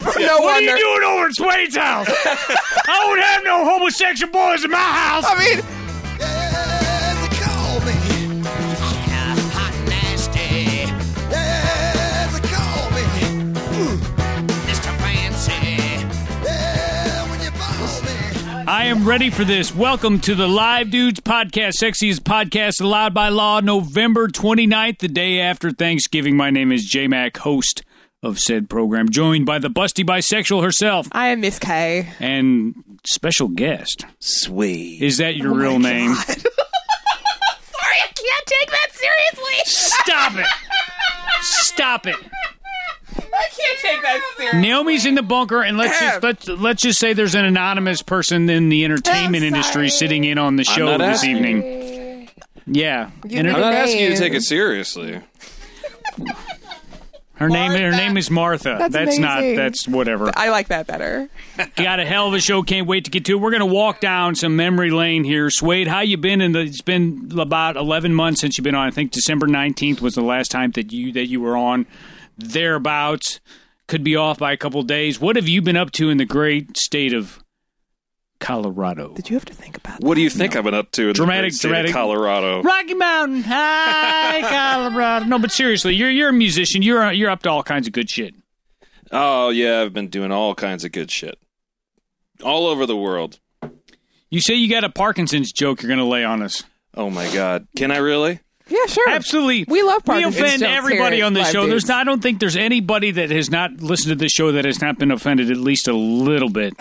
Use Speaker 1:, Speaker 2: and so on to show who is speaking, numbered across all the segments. Speaker 1: no
Speaker 2: What are you
Speaker 1: wonder.
Speaker 2: doing over at Swade's house? I don't have no homosexual boys in my house.
Speaker 1: I mean,
Speaker 3: Yeah, they call me hot nasty. Yeah, they call me Mr. Fancy. Yeah, when you boss me.
Speaker 2: I am ready for this. Welcome to the Live Dudes Podcast, sexiest podcast allowed by law, November 29th, the day after Thanksgiving. My name is J Mac, host of said program, joined by the busty bisexual herself
Speaker 1: I am Miss K.
Speaker 2: and special guest.
Speaker 4: Sweet.
Speaker 2: Is that your real name?
Speaker 1: Sorry, I can't take that seriously.
Speaker 2: Stop it. Stop it.
Speaker 1: I can't take that seriously.
Speaker 2: Naomi's in the bunker, and let's just let's let's just say there's an anonymous person in the entertainment industry sitting in on the show
Speaker 4: not
Speaker 2: this
Speaker 4: asking.
Speaker 2: evening. Yeah, And
Speaker 1: need
Speaker 2: her,
Speaker 4: I'm not
Speaker 1: Name.
Speaker 4: asking you to take it seriously.
Speaker 2: her name her name is Martha.
Speaker 1: That's
Speaker 2: not
Speaker 1: amazing.
Speaker 2: that's whatever.
Speaker 1: I like that better.
Speaker 2: Got a hell of a show. Can't wait to get to it. We're gonna walk down some memory lane here. Swade, how you been? In the, it's been about eleven months since you've been on. I think December nineteenth was the last time that you that you were on. Thereabouts could be off by a couple days. What have you been up to in the great state of Colorado?
Speaker 1: Did you have to think about that?
Speaker 4: What do you think I've been up to in
Speaker 2: Dramatic,
Speaker 4: the great state
Speaker 2: dramatic-
Speaker 4: of Colorado?
Speaker 2: Rocky Mountain High, Colorado. No, but seriously, you're you're a musician. You're you're up to all kinds of good shit.
Speaker 4: Oh yeah, I've been doing all kinds of good shit. All over the world.
Speaker 2: You say you got a Parkinson's joke you're going to lay on us.
Speaker 4: Oh my god. Can I really?
Speaker 1: Yeah, sure.
Speaker 2: Absolutely,
Speaker 1: We love
Speaker 2: We
Speaker 1: Parkinson's
Speaker 2: offend
Speaker 1: jokes here
Speaker 2: everybody
Speaker 1: at
Speaker 2: on this
Speaker 1: Live
Speaker 2: show.
Speaker 1: Dudes.
Speaker 2: There's not, I don't think there's anybody that has not listened to this show that has not been offended at least a little bit.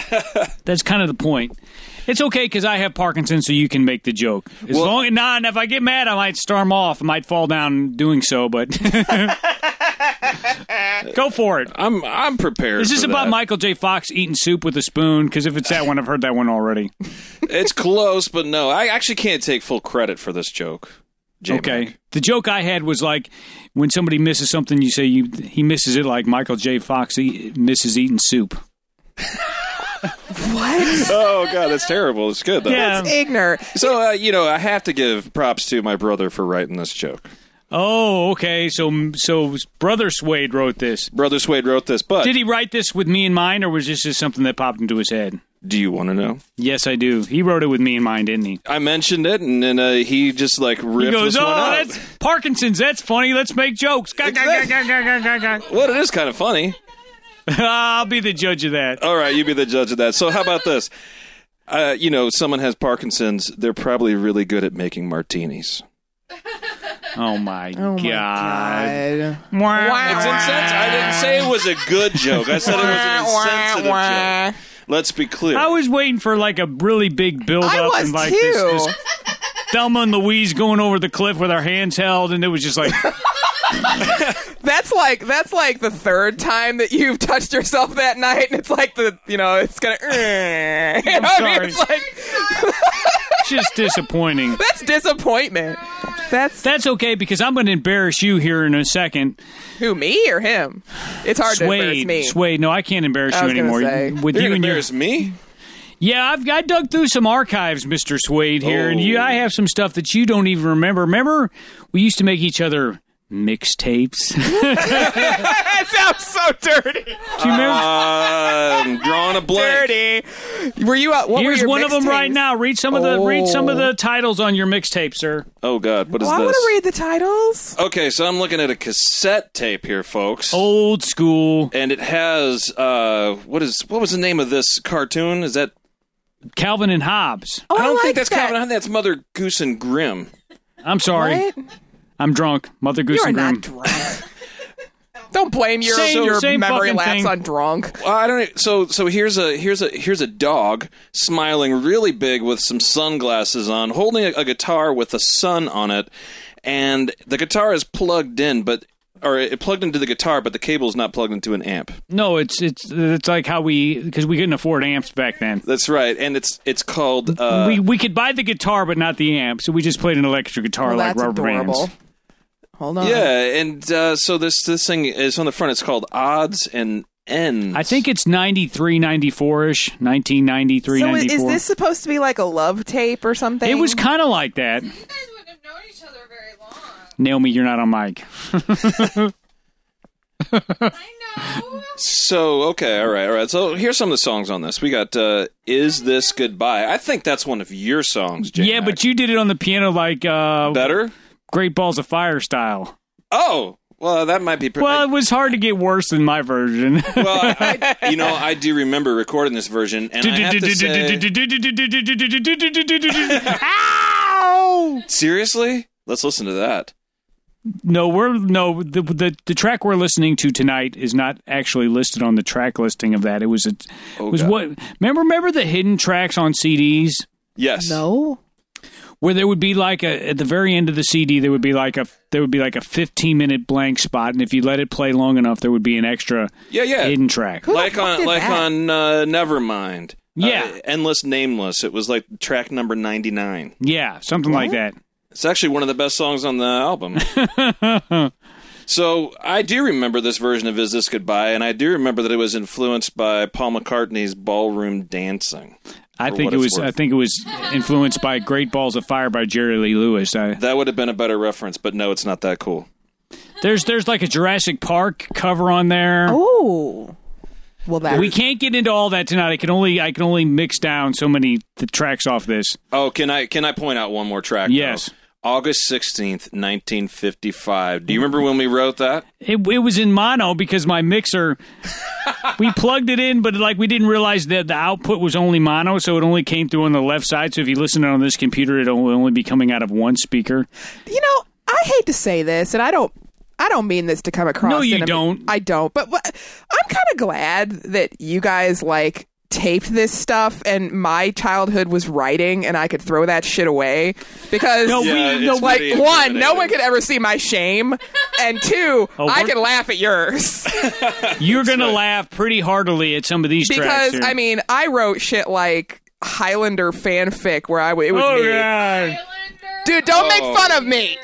Speaker 2: That's kind of the point. It's okay because I have Parkinson's, so you can make the joke. As
Speaker 4: Well-
Speaker 2: long nah, and if I get mad, I might storm off. I might fall down doing so, but go for it.
Speaker 4: I'm I'm prepared.
Speaker 2: Is this
Speaker 4: for
Speaker 2: about
Speaker 4: that.
Speaker 2: Michael J. Fox eating soup with a spoon? Because if it's that one, I've heard that one already.
Speaker 4: It's close, but no. I actually can't take full credit for this joke. J-Mac.
Speaker 2: Okay. The joke I had was like when somebody misses something, you say you he misses it like Michael J. Fox e- misses eating soup.
Speaker 1: What?
Speaker 4: Oh god, that's terrible. It's good though.
Speaker 1: Ignorant.
Speaker 4: So uh, you know, I have to give props to my brother for writing this joke.
Speaker 2: Oh, okay. So so brother Suede wrote this.
Speaker 4: Brother Suede wrote this, but
Speaker 2: Did he write this with me in mind, or was this just something that popped into his head?
Speaker 4: do you want to know?
Speaker 2: Yes, I do. He wrote it with me in mind, didn't he?
Speaker 4: I mentioned it, and then uh, he just like ripped
Speaker 2: He goes,
Speaker 4: this
Speaker 2: "Oh,
Speaker 4: one out.
Speaker 2: that's Parkinson's. That's funny. Let's make jokes." Gah, gah, gah, gah, gah, gah, gah, gah.
Speaker 4: Well, it is kind of funny.
Speaker 2: I'll be the judge of that.
Speaker 4: All right, you be the judge of that. So, how about this? Uh, you know, someone has Parkinson's. They're probably really good at making martinis.
Speaker 2: Oh my
Speaker 1: Oh my
Speaker 2: god!
Speaker 1: god.
Speaker 2: Wow.
Speaker 4: It's insensitive. I didn't say it was a good joke. I said it was an insensitive joke. Let's be clear.
Speaker 2: I was waiting for like a really big build
Speaker 1: I
Speaker 2: up
Speaker 1: was
Speaker 2: and like
Speaker 1: too.
Speaker 2: this, this Thelma and Louise going over the cliff with our hands held, and it was just like,
Speaker 1: That's like that's like the third time that you've touched yourself that night, and it's like the you know it's gonna. You know what I mean?
Speaker 2: sorry.
Speaker 1: It's like
Speaker 2: just disappointing.
Speaker 1: that's disappointment. That's
Speaker 2: That's okay because I'm going to embarrass you here in a second.
Speaker 1: who me or him? It's hard to embarrass
Speaker 2: Suede,
Speaker 1: me.
Speaker 2: Suede, no, I can't embarrass
Speaker 1: I
Speaker 2: you
Speaker 1: was gonna
Speaker 2: anymore.
Speaker 1: say.
Speaker 2: With
Speaker 4: You're
Speaker 2: you
Speaker 4: gonna
Speaker 2: and your
Speaker 4: embarrass me.
Speaker 2: yeah, I've I dug through some archives, Mister Suede here, and you,
Speaker 4: Oh.
Speaker 2: I have some stuff that you don't even remember. Remember, we used to make each other mixtapes. Do you
Speaker 1: That sounds so dirty. Oh,
Speaker 2: remember?
Speaker 4: I'm drawing a blank.
Speaker 1: Dirty. Were you out? What were
Speaker 2: Here's
Speaker 1: your
Speaker 2: one of them right
Speaker 1: mixtapes?
Speaker 2: now. Read some of the read some of
Speaker 1: Oh.
Speaker 2: the titles on your mixtape, sir.
Speaker 4: Oh God, what is
Speaker 1: Well, I want
Speaker 4: this?
Speaker 1: to read the titles.
Speaker 4: okay, so I'm looking at a cassette tape here, folks.
Speaker 1: Oh.
Speaker 2: Old school
Speaker 4: And it has uh, what is what was the name of this cartoon? Is that
Speaker 2: Calvin and Hobbes.
Speaker 1: Oh,
Speaker 4: I don't
Speaker 1: like
Speaker 4: think that's
Speaker 1: that.
Speaker 4: Calvin. Hunt, That's Mother Goose and Grimm.
Speaker 2: I'm sorry.
Speaker 1: What?
Speaker 2: I'm drunk. Mother Goose
Speaker 1: You are
Speaker 2: and Groom.
Speaker 1: not drunk. Don't blame your,
Speaker 2: Same-
Speaker 1: your
Speaker 2: same
Speaker 1: memory
Speaker 2: fucking
Speaker 1: lapse
Speaker 2: thing.
Speaker 1: on drunk.
Speaker 4: Well, I don't. e, So so here's a here's a here's a dog smiling really big with some sunglasses on, holding a, a guitar with a sun on it, and the guitar is plugged in, but or it plugged into the guitar, but the cable's not plugged into an amp.
Speaker 2: No, it's it's it's like how we because we couldn't afford amps back then.
Speaker 4: That's right, and it's it's called. Uh,
Speaker 2: we we could buy the guitar but not the amp, so we just played an electric guitar
Speaker 1: Well,
Speaker 2: like
Speaker 1: that's
Speaker 2: rubber
Speaker 1: adorable.
Speaker 2: bands.
Speaker 1: Hold on.
Speaker 4: yeah, and uh, so this this thing is on the front. It's called odds and ends.
Speaker 2: I think it's 93, 94 ish, 1993,
Speaker 1: So is,
Speaker 2: 94.
Speaker 1: is this supposed to be like a love tape or something?
Speaker 2: it was kind of like that.
Speaker 5: You guys wouldn't have known each other very long.
Speaker 2: Naomi, you're not on mic.
Speaker 5: I
Speaker 4: So okay, all right, all right. So here's some of the songs on this. We got uh, "Is This Goodbye." I think that's one of your songs, Jay.
Speaker 2: yeah, but you did it on the piano like uh,
Speaker 4: better.
Speaker 2: Great Balls of Fire style.
Speaker 4: Oh, well, that might be. Pretty,
Speaker 2: Well, it was hard to get worse than my version.
Speaker 4: well, I, you know, I do remember recording this version, and I have to say,
Speaker 2: Ow!
Speaker 4: seriously, let's listen to that.
Speaker 2: No, we're no the, the the track we're listening to tonight is not actually listed on the track listing of that. It was a
Speaker 4: Oh,
Speaker 2: was
Speaker 4: God.
Speaker 2: what remember remember the hidden tracks on CDs
Speaker 4: Yes.
Speaker 1: No.
Speaker 2: where there would be like a at the very end of the CD there would be like a there would be like a 15 minute blank spot and if you let it play long enough there would be an extra
Speaker 4: Yeah, yeah.
Speaker 2: hidden track.
Speaker 1: the
Speaker 4: like
Speaker 1: fuck
Speaker 4: on
Speaker 1: did
Speaker 4: like
Speaker 1: that?
Speaker 4: on uh, Nevermind.
Speaker 2: Yeah.
Speaker 4: Uh, Endless Nameless. It was like track number 99.
Speaker 2: Yeah, something like that.
Speaker 4: It's actually one of the best songs on the album. so I do remember this version of Is This Goodbye, and I do remember that it was influenced by Paul McCartney's ballroom dancing.
Speaker 2: I
Speaker 4: For
Speaker 2: think
Speaker 4: what it's
Speaker 2: it was.
Speaker 4: worth.
Speaker 2: I think it was influenced by "Great Balls of Fire" by Jerry Lee Lewis. I,
Speaker 4: That would have been a better reference, but no, it's not that cool.
Speaker 2: there's there's like a Jurassic Park cover on there.
Speaker 1: Oh. Well, that.
Speaker 2: We can't get into all that tonight. I can only I can only mix down so many the tracks off this.
Speaker 4: Oh, can I can I point out one more track?
Speaker 2: Yes.
Speaker 4: though? August sixteenth, nineteen fifty five. Do you remember when we wrote that?
Speaker 2: It, it was in mono because my mixer we plugged it in, but like we didn't realize that the output was only mono, so it only came through on the left side. So if you listen on this computer, it'll only be coming out of one speaker.
Speaker 1: You know, I hate to say this, and I don't. I don't mean this to come across.
Speaker 2: No, you
Speaker 1: in a-
Speaker 2: don't.
Speaker 1: I don't. But what, I'm kind of glad that you guys like taped this stuff, and my childhood was writing, and I could throw that shit away because.
Speaker 2: No,
Speaker 4: Yeah,
Speaker 2: we
Speaker 4: it's
Speaker 2: no,
Speaker 1: like
Speaker 4: pretty
Speaker 1: one, no
Speaker 4: intimidating.
Speaker 1: one could ever see my shame, and two,
Speaker 2: Oh,
Speaker 1: I
Speaker 2: we're-
Speaker 1: could laugh at yours
Speaker 2: you're gonna laugh pretty heartily at some of these tracks.
Speaker 1: because
Speaker 2: here.
Speaker 1: I mean I wrote shit like Highlander fanfic where I w- it was
Speaker 2: oh
Speaker 1: me.
Speaker 2: god.
Speaker 1: Dude, don't make
Speaker 4: Oh.
Speaker 1: fun of me.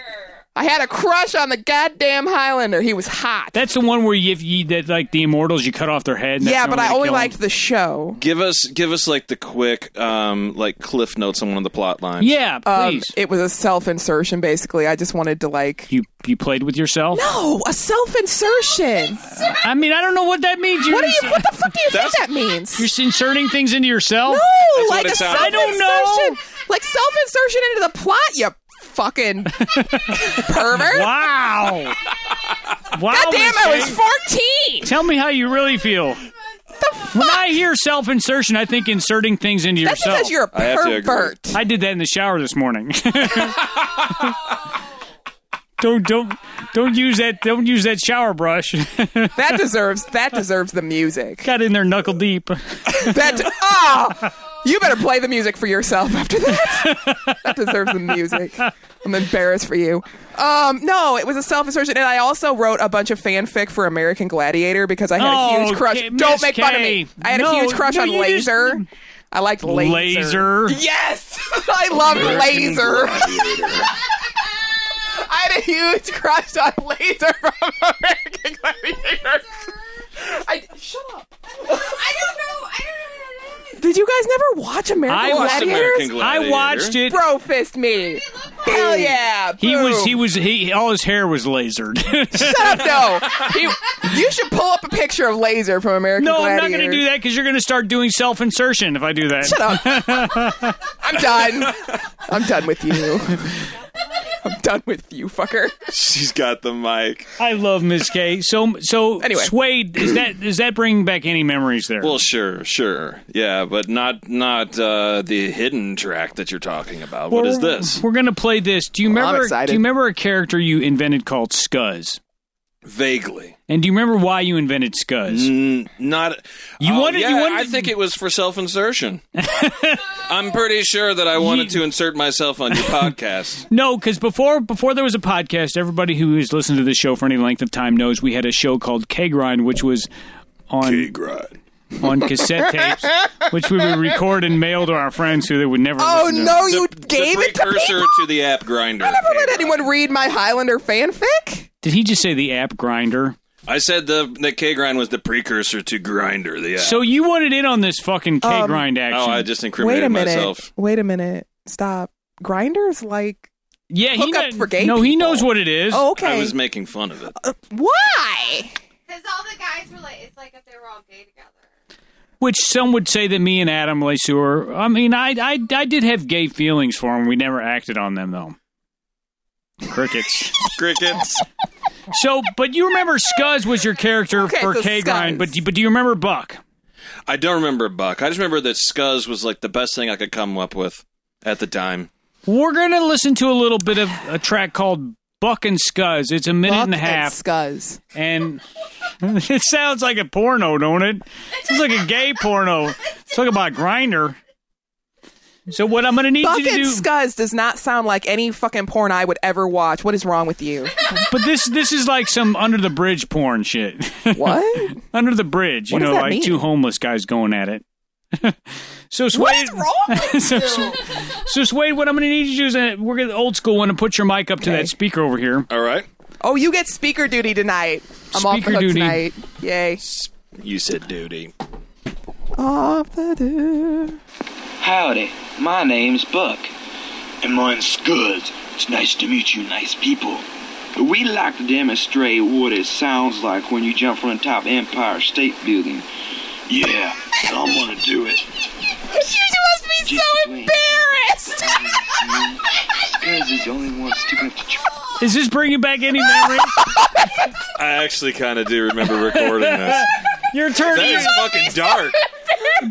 Speaker 1: I had a crush on the goddamn Highlander. He was hot.
Speaker 2: That's the one where you, if you that like the immortals, you cut off their head. And
Speaker 1: yeah,
Speaker 2: that's the
Speaker 1: but
Speaker 2: only way to
Speaker 1: I only
Speaker 2: kill 'em.
Speaker 1: liked the show.
Speaker 4: Give us give us like the quick um like cliff notes on one of the plot lines.
Speaker 2: Yeah,
Speaker 1: Um,
Speaker 2: please.
Speaker 1: it was a self insertion, basically. I just wanted to like.
Speaker 2: you you played with yourself.
Speaker 1: Oh, a self insertion.
Speaker 2: I mean, I don't know what that means. You're
Speaker 1: What do you?
Speaker 2: ins-
Speaker 1: What the fuck do you think
Speaker 4: That's-
Speaker 1: that means?
Speaker 2: You're inserting things into yourself.
Speaker 1: Oh,
Speaker 4: That's what
Speaker 1: like
Speaker 4: it
Speaker 1: a
Speaker 4: sounds-
Speaker 1: self
Speaker 4: I
Speaker 2: don't
Speaker 1: insertion.
Speaker 2: know.
Speaker 1: Like self insertion into the plot. You fucking pervert.
Speaker 2: Wow. wow.
Speaker 1: God damn,
Speaker 2: Miss
Speaker 1: I
Speaker 2: Kay.
Speaker 1: was fourteen.
Speaker 2: Tell me how you really feel. When I hear self-insertion, I think inserting things into
Speaker 1: That's
Speaker 2: yourself.
Speaker 1: because you're a
Speaker 4: I have to agree.
Speaker 1: pervert.
Speaker 2: I did that in the shower this morning. don't don't don't use that don't use that shower brush.
Speaker 1: That deserves that deserves the music.
Speaker 2: Got in there knuckle deep.
Speaker 1: That ah, you better play the music for yourself after that. that deserves the music. I'm embarrassed for you. Um, no, it was a self-insertion, and I also wrote a bunch of fanfic for American Gladiator because I had a
Speaker 2: Oh,
Speaker 1: huge crush.
Speaker 2: K-
Speaker 1: Don't
Speaker 2: Miss
Speaker 1: make fun of
Speaker 2: K.
Speaker 1: me. I had
Speaker 2: No,
Speaker 1: a huge crush
Speaker 2: no,
Speaker 1: on
Speaker 2: you just-
Speaker 1: Laser. I liked Laser.
Speaker 2: Laser.
Speaker 1: Yes, I love
Speaker 4: American
Speaker 1: Laser.
Speaker 4: Gladiator.
Speaker 1: I had a huge crush on Laser from American Gladiator. I shut up.
Speaker 5: I don't know. I don't know.
Speaker 1: Did you guys never watch American
Speaker 2: I watched
Speaker 1: Gladiators?
Speaker 4: American Gladiator.
Speaker 2: I watched it.
Speaker 1: Bro fist me. Hell yeah.
Speaker 2: He was
Speaker 1: boom.
Speaker 2: he was he all his hair was lasered.
Speaker 1: Shut up, no. He, you should pull up a picture of Laser from American
Speaker 2: no, I'm
Speaker 1: Gladiator.
Speaker 2: not going to do that because you're going to start doing self insertion if I do that. Shut
Speaker 1: up. I'm done. I'm done with you. I'm done with you, fucker.
Speaker 4: She's got the mic.
Speaker 2: I love Miss K. So so
Speaker 1: Anyway.
Speaker 2: Suede is that does that bring back any memories there?
Speaker 4: Well, sure, sure, yeah, but not not uh, the hidden track that you're talking about. what is this?
Speaker 2: We're going to play this. Do you
Speaker 1: Well, I'm
Speaker 2: remember?
Speaker 1: excited.
Speaker 2: Do you remember a character you invented called Scuzz?
Speaker 4: Vaguely,
Speaker 2: And do you remember why you invented Scuzz?
Speaker 4: N- not.
Speaker 2: You
Speaker 4: Mm, oh,
Speaker 2: wanted- you
Speaker 4: Yeah,
Speaker 2: wanted-
Speaker 4: I think it was for self insertion. I'm pretty sure that I wanted to insert myself on your podcast.
Speaker 2: No, because before before there was a podcast, everybody who has listened to this show for any length of time knows we had a show called K Grind, which was on
Speaker 4: Grind.
Speaker 2: on cassette tapes, which we would record and mail to our friends who they would never.
Speaker 1: Oh,
Speaker 2: listen to.
Speaker 1: no, you
Speaker 4: the
Speaker 1: gave it to
Speaker 4: precursor
Speaker 1: people?
Speaker 4: to the app grinder. I
Speaker 1: Never let anyone read my Highlander fanfic.
Speaker 2: Did he just say the app grinder?
Speaker 4: I said the the K grind was the precursor to grinder. The app.
Speaker 2: So you wanted in on this fucking K
Speaker 1: Um,
Speaker 2: grind action?
Speaker 4: oh, I just
Speaker 1: Wait
Speaker 4: incriminated
Speaker 1: a minute.
Speaker 4: myself.
Speaker 1: Wait a minute. Stop. Grinders like
Speaker 2: yeah, he
Speaker 1: hook up
Speaker 2: kno-
Speaker 1: for gay
Speaker 2: No, he
Speaker 1: people.
Speaker 2: knows what it is.
Speaker 1: Oh,
Speaker 4: I
Speaker 1: okay.
Speaker 4: was making fun of it.
Speaker 1: Why?
Speaker 5: Because all the guys were like, it's like if they were all gay together.
Speaker 2: Which some would say that me and Adam Lesueur. I mean, I, I I did have gay feelings for him. We never acted on them though. Crickets.
Speaker 4: Crickets.
Speaker 2: so, but you remember Scuzz was your character for
Speaker 1: so
Speaker 2: K Grind,
Speaker 1: Scuzz.
Speaker 2: but do- but do you remember Buck?
Speaker 4: I don't remember Buck. I just remember that Scuzz was like the best thing I could come up with at the time.
Speaker 2: We're gonna listen to a little bit of a track called Buck and Scuzz. It's a minute
Speaker 1: Buck
Speaker 2: and a half,
Speaker 1: Scuzz.
Speaker 2: and it sounds like a porno, don't it? It's like a gay porno. Talk about grinder. So what I'm gonna need
Speaker 1: Buck
Speaker 2: you to
Speaker 1: and
Speaker 2: do,
Speaker 1: Scuzz does not sound like any fucking porn I would ever watch. What is wrong with you?
Speaker 2: but this this is like some under the bridge porn shit.
Speaker 1: What?
Speaker 2: under the bridge.
Speaker 1: What
Speaker 2: you
Speaker 1: does
Speaker 2: know,
Speaker 1: that
Speaker 2: like
Speaker 1: mean?
Speaker 2: two homeless guys going at it. so Swade,
Speaker 1: is wrong
Speaker 2: so, Swade- so Swade, what I'm going to need you to do is uh, we're going to old school one and put your mic up to
Speaker 1: Okay.
Speaker 2: that speaker over here.
Speaker 4: All right.
Speaker 1: oh, you get speaker duty tonight. I'm off the
Speaker 2: Speaker
Speaker 1: hook
Speaker 2: duty.
Speaker 1: tonight. Yay.
Speaker 4: You said duty.
Speaker 1: Off the hook.
Speaker 6: Howdy, my name's Buck. And mine's Scuds. It's nice to meet you, nice people. We like to demonstrate what it sounds like when you jump from the top of Empire State Building. Yeah, I'm gonna do it. You must be
Speaker 1: Embarrassed.
Speaker 6: Scuds is the only one stupid enough to try.
Speaker 2: Is this bringing back any memory?
Speaker 4: I actually kind of do remember recording this.
Speaker 2: You're turning,
Speaker 4: That is fucking dark.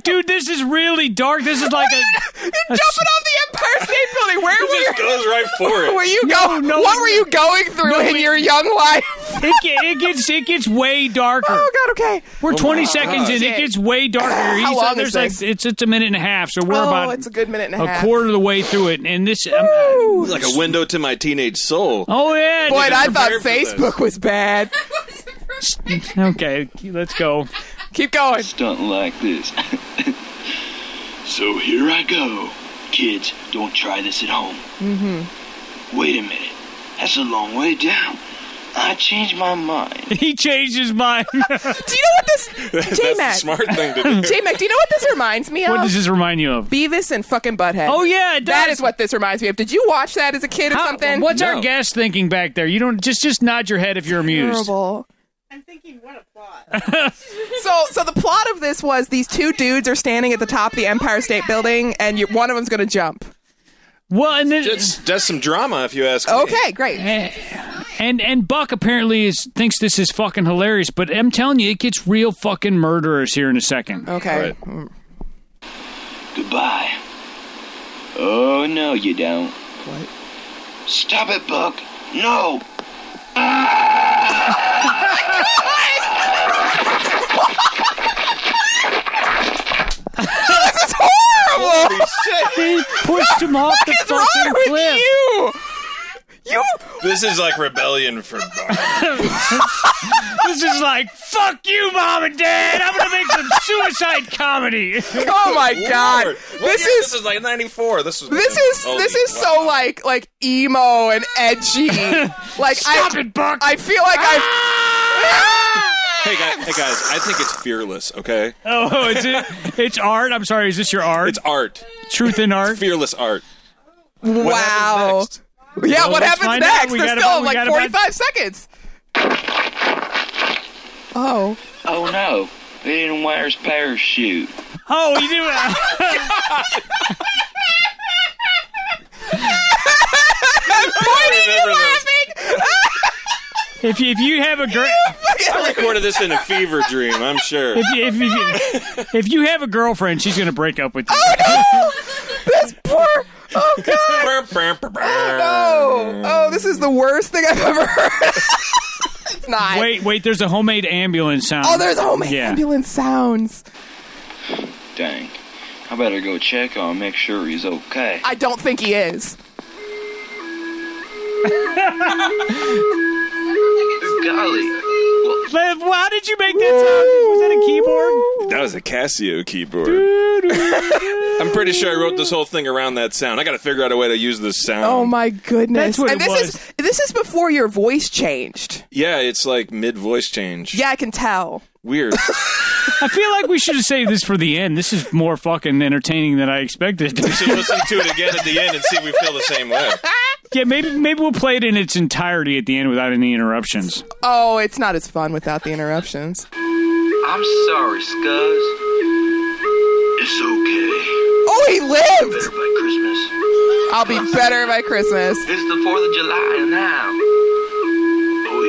Speaker 2: dude. This is really dark. This is like a.
Speaker 1: Jumping off the Empire State Building. Where were you?
Speaker 4: It goes right for
Speaker 1: Where were
Speaker 4: it.
Speaker 1: you going?
Speaker 2: no,
Speaker 1: what
Speaker 2: no.
Speaker 1: were you going through
Speaker 2: No,
Speaker 1: in
Speaker 2: we-
Speaker 1: your young life?
Speaker 2: It, ge- it gets it gets way darker.
Speaker 1: Oh God. Okay.
Speaker 2: We're 20 seconds in. It
Speaker 1: Shit.
Speaker 2: gets way darker.
Speaker 1: How
Speaker 2: He's-
Speaker 1: long
Speaker 2: there's
Speaker 1: is
Speaker 2: like
Speaker 1: this?
Speaker 2: it's it's a minute and a half. So we're
Speaker 1: oh,
Speaker 2: about
Speaker 1: it's a good minute and a,
Speaker 2: a
Speaker 1: half.
Speaker 2: quarter of the way through it, and this. I'm-
Speaker 1: Woo.
Speaker 4: Like a window to my teenage soul.
Speaker 2: oh yeah,
Speaker 1: Boy, I thought
Speaker 4: prepared for this.
Speaker 1: Facebook was bad.
Speaker 2: Okay, let's go.
Speaker 1: Keep going.
Speaker 6: stunt like this. so here I go. Kids, don't try this at home. Mm-hmm. Wait a minute. That's a long way down. I changed my mind.
Speaker 2: He changed his mind.
Speaker 1: Do you know what this? J
Speaker 4: That's the
Speaker 1: Mac.
Speaker 4: smart thing to do.
Speaker 1: J Mac. Do you know what this reminds me
Speaker 2: what does
Speaker 1: of?
Speaker 2: this remind you of?
Speaker 1: Beavis and fucking Butthead.
Speaker 2: Oh yeah, it does.
Speaker 1: That is what this reminds me of. Did you watch that as a kid or
Speaker 2: How-
Speaker 1: something?
Speaker 2: What's our
Speaker 4: No.
Speaker 2: guest thinking back there? You don't just just nod your head if you're amused.
Speaker 1: Terrible.
Speaker 5: I'm thinking, what a plot.
Speaker 1: So, so the plot of this was these two dudes are standing at the top of the Empire State Building, and you, one of them's going to jump.
Speaker 2: Well, and then
Speaker 4: It's, that's some drama, if you ask me.
Speaker 1: Okay, great.
Speaker 2: and and Buck apparently is thinks this is fucking hilarious, but I'm telling you, it gets real fucking murderous here in a second.
Speaker 1: Okay.
Speaker 4: Right.
Speaker 6: Goodbye. Oh, no, you don't. What? Stop it, Buck. No!
Speaker 1: This is horrible.
Speaker 2: They pushed him off the
Speaker 1: What's
Speaker 2: fucking
Speaker 1: wrong with
Speaker 2: cliff.
Speaker 1: you? You
Speaker 4: This is like rebellion for Buck.
Speaker 2: This is like fuck you, mom and dad. I'm gonna make some suicide comedy.
Speaker 1: Oh my god.
Speaker 4: Lord. What
Speaker 1: This
Speaker 4: year-
Speaker 1: is
Speaker 4: this Oh, is like 94. This is
Speaker 1: this is this is so like like emo and edgy. Like
Speaker 2: Stop
Speaker 1: I
Speaker 2: it, Buck.
Speaker 1: I feel like I
Speaker 4: Ah! Hey guys, hey guys, I think it's fearless, okay?
Speaker 2: oh, is it? It's art. I'm sorry. Is this your art?
Speaker 4: It's art.
Speaker 2: Truth in art.
Speaker 4: Fearless art. What
Speaker 1: wow.
Speaker 4: happens next?
Speaker 1: Yeah,
Speaker 2: Well,
Speaker 1: what
Speaker 2: let's
Speaker 1: happens
Speaker 2: find out.
Speaker 1: next?
Speaker 2: We
Speaker 1: There's
Speaker 2: got
Speaker 1: still
Speaker 2: about- we
Speaker 1: like
Speaker 2: got
Speaker 1: 45
Speaker 2: about-
Speaker 1: seconds. Oh.
Speaker 6: Oh, no. He didn't wear his parachute.
Speaker 2: Oh, you do.
Speaker 4: I remember this.
Speaker 2: If you, if you have a girl,
Speaker 4: I recorded this in a fever dream, I'm sure.
Speaker 2: if you, if, you, if you have a girlfriend, she's gonna break up with you.
Speaker 1: Oh, Poor Oh god.
Speaker 4: Wait,
Speaker 1: Oh. Oh, this is the worst thing I've ever heard. it's not.
Speaker 2: Wait, wait. There's a homemade ambulance sound.
Speaker 1: Oh, there's home
Speaker 2: Yeah.
Speaker 1: ambulance sounds.
Speaker 6: Dang. I better go check on him, make sure he's okay.
Speaker 1: I don't think he is.
Speaker 6: Golly.
Speaker 2: Lev, how did you make that sound? Was that a keyboard?
Speaker 4: that was a Casio keyboard. I'm pretty sure I wrote this whole thing around that sound. I gotta figure out a way to use this sound.
Speaker 1: Oh my goodness.
Speaker 2: That's what
Speaker 1: and
Speaker 2: it
Speaker 1: this
Speaker 2: was.
Speaker 1: is this is before your voice changed.
Speaker 4: Yeah, it's like mid voice change.
Speaker 1: Yeah, I can tell.
Speaker 4: Weird.
Speaker 2: I feel like we should have saved this for the end. This is more fucking entertaining than I expected.
Speaker 4: should listen to it again at the end and see if we feel the same way.
Speaker 2: Yeah, maybe maybe we'll play it in its entirety at the end without any interruptions.
Speaker 1: Oh, it's not as fun without the interruptions.
Speaker 6: I'm sorry, Scuzz. It's okay.
Speaker 1: Oh, he lived!
Speaker 6: By Christmas.
Speaker 1: I'll be better by Christmas.
Speaker 6: It's the 4th of July now. Oh,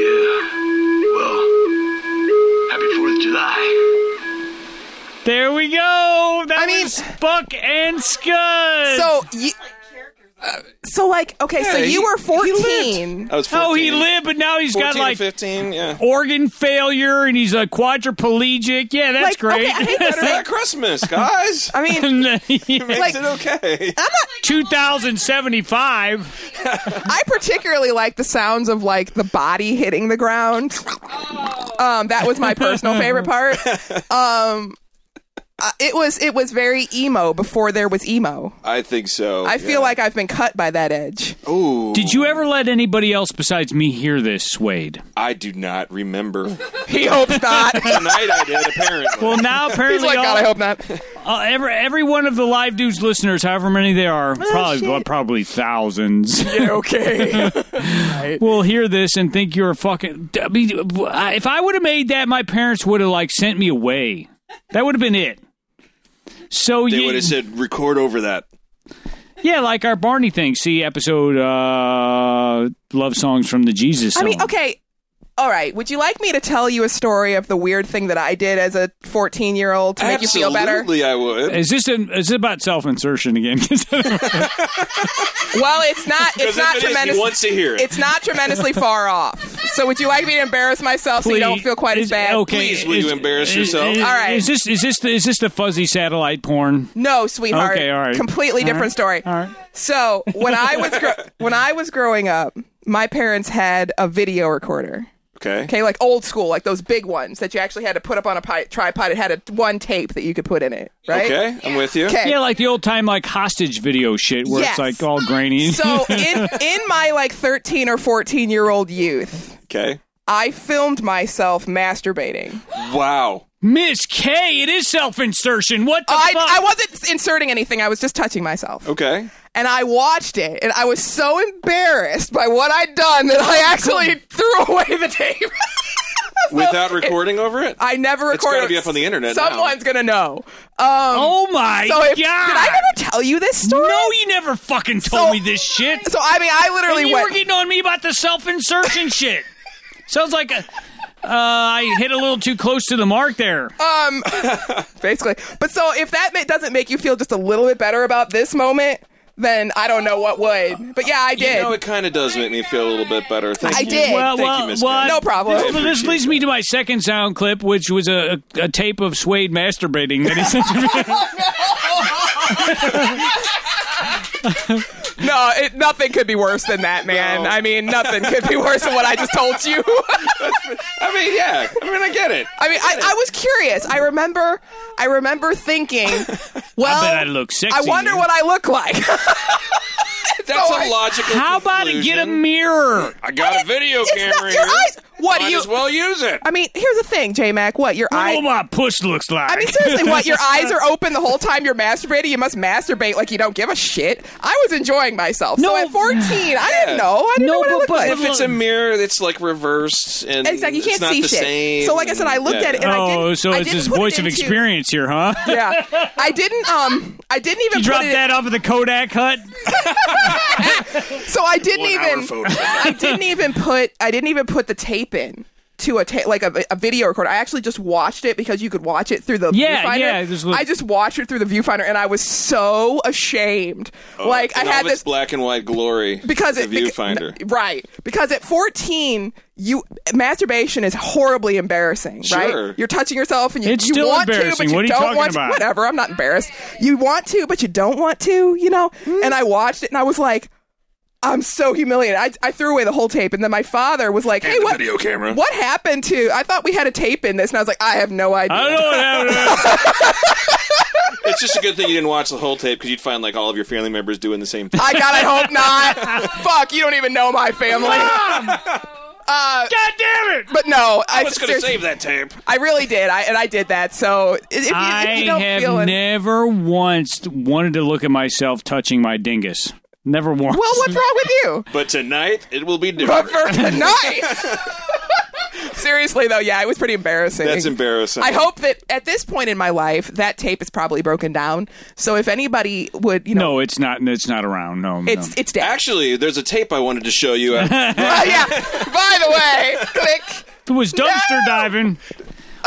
Speaker 6: yeah. Well, happy 4th of July.
Speaker 2: There we go. That
Speaker 1: I mean-
Speaker 2: was Buck and Scud.
Speaker 1: So, you, uh, so like, okay, so
Speaker 4: Yeah, he-
Speaker 1: you were
Speaker 4: he lived.
Speaker 1: 14.
Speaker 4: I was 14.
Speaker 2: oh, he lived, but now he's
Speaker 4: 14
Speaker 2: got like
Speaker 4: or 15, yeah.
Speaker 2: organ failure and he's a quadriplegic. Yeah, that's
Speaker 1: Like, okay,
Speaker 2: great.
Speaker 1: I think that's
Speaker 4: Merry Christmas, guys.
Speaker 1: I mean,
Speaker 4: Makes
Speaker 1: like-
Speaker 4: it okay.
Speaker 2: 2075.
Speaker 1: I particularly like the sounds of like the body hitting the ground. Um, that was my personal favorite part. Um, uh, it was it was very emo before there was emo.
Speaker 4: I think so.
Speaker 1: I feel like I've been cut by that edge.
Speaker 4: Ooh,
Speaker 2: Did you ever let anybody else besides me hear this, Suede?
Speaker 4: I do not remember.
Speaker 1: He hopes not. He's
Speaker 4: Tonight I did, apparently.
Speaker 2: Well, now apparently
Speaker 1: like,
Speaker 2: all,
Speaker 1: God, I hope not.
Speaker 2: uh, every, every one of the live dudes listeners, however many they are, probably
Speaker 1: Oh, shit.
Speaker 2: probably thousands.
Speaker 1: okay.
Speaker 2: will hear this and think you're a fucking. I mean, if I would have made that, my parents would have like sent me away. That would have been it. So
Speaker 4: they
Speaker 2: you,
Speaker 4: would have said, record over that.
Speaker 2: yeah, like our Barney thing. See episode uh, love songs from the Jesus.
Speaker 1: I
Speaker 2: Song.
Speaker 1: mean, okay. All right. Would you like me to tell you a story of the weird thing that I did as a 14 year old to make you feel better?
Speaker 4: Absolutely, I would.
Speaker 2: Is this an, is this about self insertion again?
Speaker 1: Well, it's not.
Speaker 4: Because
Speaker 1: It's
Speaker 4: if
Speaker 1: not
Speaker 4: it is,
Speaker 1: tremendous.
Speaker 4: he wants to hear it.
Speaker 1: It's not tremendously far off. So would you like me to embarrass myself so you don't feel quite as
Speaker 2: Is-
Speaker 1: bad?
Speaker 2: Okay,
Speaker 4: Please, will you embarrass yourself?
Speaker 2: Is,
Speaker 1: All right.
Speaker 2: Is this is this the, is this the fuzzy satellite porn?
Speaker 1: No, sweetheart.
Speaker 2: Okay, all right.
Speaker 1: Completely different story.
Speaker 2: All right.
Speaker 1: So when I was gr- when I was growing up, my parents had a video recorder.
Speaker 4: Okay.
Speaker 1: Okay, like old school, like those big ones that you actually had to put up on a pi- tripod. It had a one tape that you could put in it, right?
Speaker 4: Okay, I'm with you.
Speaker 1: Okay.
Speaker 2: Yeah, like the old time like hostage video shit where it's
Speaker 1: Yes.
Speaker 2: like all grainy.
Speaker 1: So in in my like 13 or 14 year old youth,
Speaker 4: Okay.
Speaker 1: I filmed myself masturbating.
Speaker 4: Wow.
Speaker 2: Miss K, it is self insertion. What the
Speaker 1: Oh, I,
Speaker 2: fuck?
Speaker 1: I wasn't inserting anything. I was just touching myself.
Speaker 4: Okay.
Speaker 1: And I watched it, and I was so embarrassed by what I'd done that I actually threw away the tape.
Speaker 4: Without recording over it?
Speaker 1: I never
Speaker 4: It's gotta
Speaker 1: recorded.
Speaker 4: be up on the internet now.
Speaker 1: Someone's gonna know. Um,
Speaker 2: oh my
Speaker 1: so if,
Speaker 2: god!
Speaker 1: did I never tell you this story?
Speaker 2: no, you never fucking told
Speaker 1: So-
Speaker 2: me this shit.
Speaker 1: So I mean, I
Speaker 2: And
Speaker 1: literally
Speaker 2: you
Speaker 1: went.
Speaker 2: were getting on me about the self insertion shit. Sounds like a, uh, I hit a little too close to the mark there.
Speaker 1: Oh, basically. But so if that ma- doesn't make you feel just a little bit better about this moment, then I don't know what would. But yeah, I
Speaker 4: You
Speaker 1: did.
Speaker 4: know, it kind of does make me feel a little bit better. Thank
Speaker 1: I
Speaker 4: you.
Speaker 1: did.
Speaker 2: well,
Speaker 4: Thank
Speaker 2: well,
Speaker 4: you, Miss
Speaker 2: well,
Speaker 4: Kay.
Speaker 1: No problem. I
Speaker 2: This, this
Speaker 4: appreciate
Speaker 2: leads me to my second sound clip, which was a, a, a tape of Suede masturbating that he sent to me.
Speaker 1: no, it, nothing could be worse than that, man.
Speaker 4: No.
Speaker 1: I mean, nothing could be worse than what I just told you.
Speaker 4: I mean, yeah. I mean, I get it.
Speaker 1: I mean, I, I was curious. I remember, I remember thinking, well,
Speaker 2: I bet I look sexy.
Speaker 1: I wonder what I look like.
Speaker 4: That's
Speaker 1: So
Speaker 4: a
Speaker 1: I-
Speaker 4: logical
Speaker 2: How about to get a
Speaker 4: conclusion.
Speaker 2: mirror?
Speaker 4: I got a video
Speaker 1: It's
Speaker 4: camera
Speaker 1: not
Speaker 4: here.
Speaker 1: your eyes. What
Speaker 4: Might
Speaker 1: do you?
Speaker 4: as well use it.
Speaker 1: I mean, here's the thing, J Mac. What your
Speaker 2: I, oh,
Speaker 1: eyes?
Speaker 2: my puss looks like.
Speaker 1: I mean, seriously, what? Your eyes are open the whole time you're masturbating? You must masturbate like you don't give a shit. I was enjoying myself.
Speaker 2: No.
Speaker 1: so at 14, I didn't know. I didn't
Speaker 2: No,
Speaker 1: know what
Speaker 2: but-
Speaker 1: I looked
Speaker 2: but-
Speaker 1: like.
Speaker 2: but
Speaker 4: If it's a mirror, it's like reversed and
Speaker 1: exactly, you
Speaker 4: it's
Speaker 1: can't
Speaker 4: not
Speaker 1: see
Speaker 4: the
Speaker 1: shit.
Speaker 4: same.
Speaker 1: So, like I said, I looked
Speaker 4: Yeah.
Speaker 1: at it and I
Speaker 2: oh,
Speaker 1: didn't.
Speaker 2: so
Speaker 1: I
Speaker 2: it's
Speaker 1: didn't
Speaker 2: his
Speaker 1: put it
Speaker 2: voice of
Speaker 1: into-
Speaker 2: experience here, huh?
Speaker 1: Yeah, I didn't. Um, I didn't even
Speaker 2: You
Speaker 1: put
Speaker 2: dropped
Speaker 1: it.
Speaker 2: that off at the Kodak hut.
Speaker 1: So I didn't
Speaker 4: One-hour
Speaker 1: even.
Speaker 4: photo.
Speaker 1: I didn't even put. I didn't even put the tape in. To a ta- like a, a video recorder, I actually just watched it because you could watch it through the
Speaker 2: Yeah,
Speaker 1: viewfinder.
Speaker 2: yeah, there's little-
Speaker 1: I just watched it through the viewfinder, and I was so ashamed. like I
Speaker 4: And all
Speaker 1: had
Speaker 4: of its
Speaker 1: this
Speaker 4: black and white glory
Speaker 1: because
Speaker 4: the
Speaker 1: it, beca-
Speaker 4: viewfinder.
Speaker 1: n- right because at 14 you masturbation is horribly embarrassing
Speaker 4: Sure.
Speaker 1: right you're touching yourself and you,
Speaker 2: It's
Speaker 1: you
Speaker 2: still
Speaker 1: want to but
Speaker 2: embarrassing.
Speaker 1: you
Speaker 2: What are you
Speaker 1: don't
Speaker 2: talking
Speaker 1: want to
Speaker 2: about?
Speaker 1: whatever i'm not embarrassed you want to but you don't want to you know
Speaker 2: Hmm.
Speaker 1: and i watched it and i was like I'm so humiliated. I, I threw away the whole tape, and then my father was like, "Hey,
Speaker 4: the
Speaker 1: what
Speaker 4: video camera.
Speaker 1: What happened to? I thought we had a tape in this, and I was like, I have no idea.
Speaker 2: I don't know what happened.
Speaker 4: it's just a good thing you didn't watch the whole tape because you'd find like all of your family members doing the same thing.
Speaker 1: I gotta hope not. Fuck, you don't even know my family. Uh,
Speaker 2: God damn it!
Speaker 1: But no, I,
Speaker 4: I was going to
Speaker 1: seriously-
Speaker 4: save that tape.
Speaker 1: I really did. I and I did that. So i- if you, if you
Speaker 2: I
Speaker 1: don't
Speaker 2: have
Speaker 1: feel it,
Speaker 2: never once wanted to look at myself touching my dingus. Never once.
Speaker 1: Well, what's wrong with you?
Speaker 4: But tonight it will be
Speaker 1: But
Speaker 4: different.
Speaker 1: for tonight. Seriously though, yeah, it was pretty embarrassing.
Speaker 4: That's embarrassing.
Speaker 1: I hope that at this point in my life, that tape is probably broken down. So if anybody would, you know,
Speaker 2: no, it's not. It's not around. No, no.
Speaker 1: it's it's dead.
Speaker 4: Actually, there's a tape I wanted to show you. Uh,
Speaker 1: Oh, yeah. By the way, click.
Speaker 2: It was dumpster diving.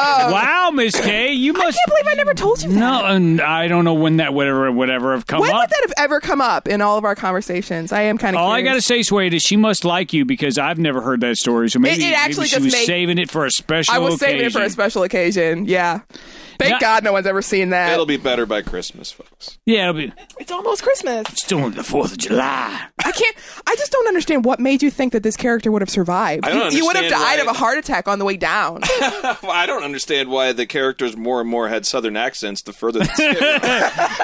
Speaker 2: wow, Miss K, you must.
Speaker 1: Oh. I can't believe I never told you that.
Speaker 2: No, and I don't know when that whatever whatever have come
Speaker 1: When
Speaker 2: up.
Speaker 1: would that have ever come up in all of our conversations? I am kind of.
Speaker 2: All I gotta say, Suede, is she must like you because I've never heard that story. So maybe,
Speaker 1: It- it actually
Speaker 2: maybe she
Speaker 1: just
Speaker 2: was
Speaker 1: made-
Speaker 2: saving it for a special.
Speaker 1: I was saving it for a
Speaker 2: occasion.
Speaker 1: special occasion. Yeah. Thank
Speaker 2: Not-
Speaker 1: God no one's ever seen that.
Speaker 4: it'll be better by Christmas, folks.
Speaker 2: Yeah, it'll be
Speaker 1: it's almost Christmas.
Speaker 2: still on the Fourth of July.
Speaker 1: I can't. I just don't understand what made you think that this character would have survived.
Speaker 4: I don't
Speaker 1: you, you would have
Speaker 4: understand
Speaker 1: died
Speaker 4: why-
Speaker 1: of a heart attack on the way down.
Speaker 4: Well, I don't understand why the characters more and more had southern accents the further.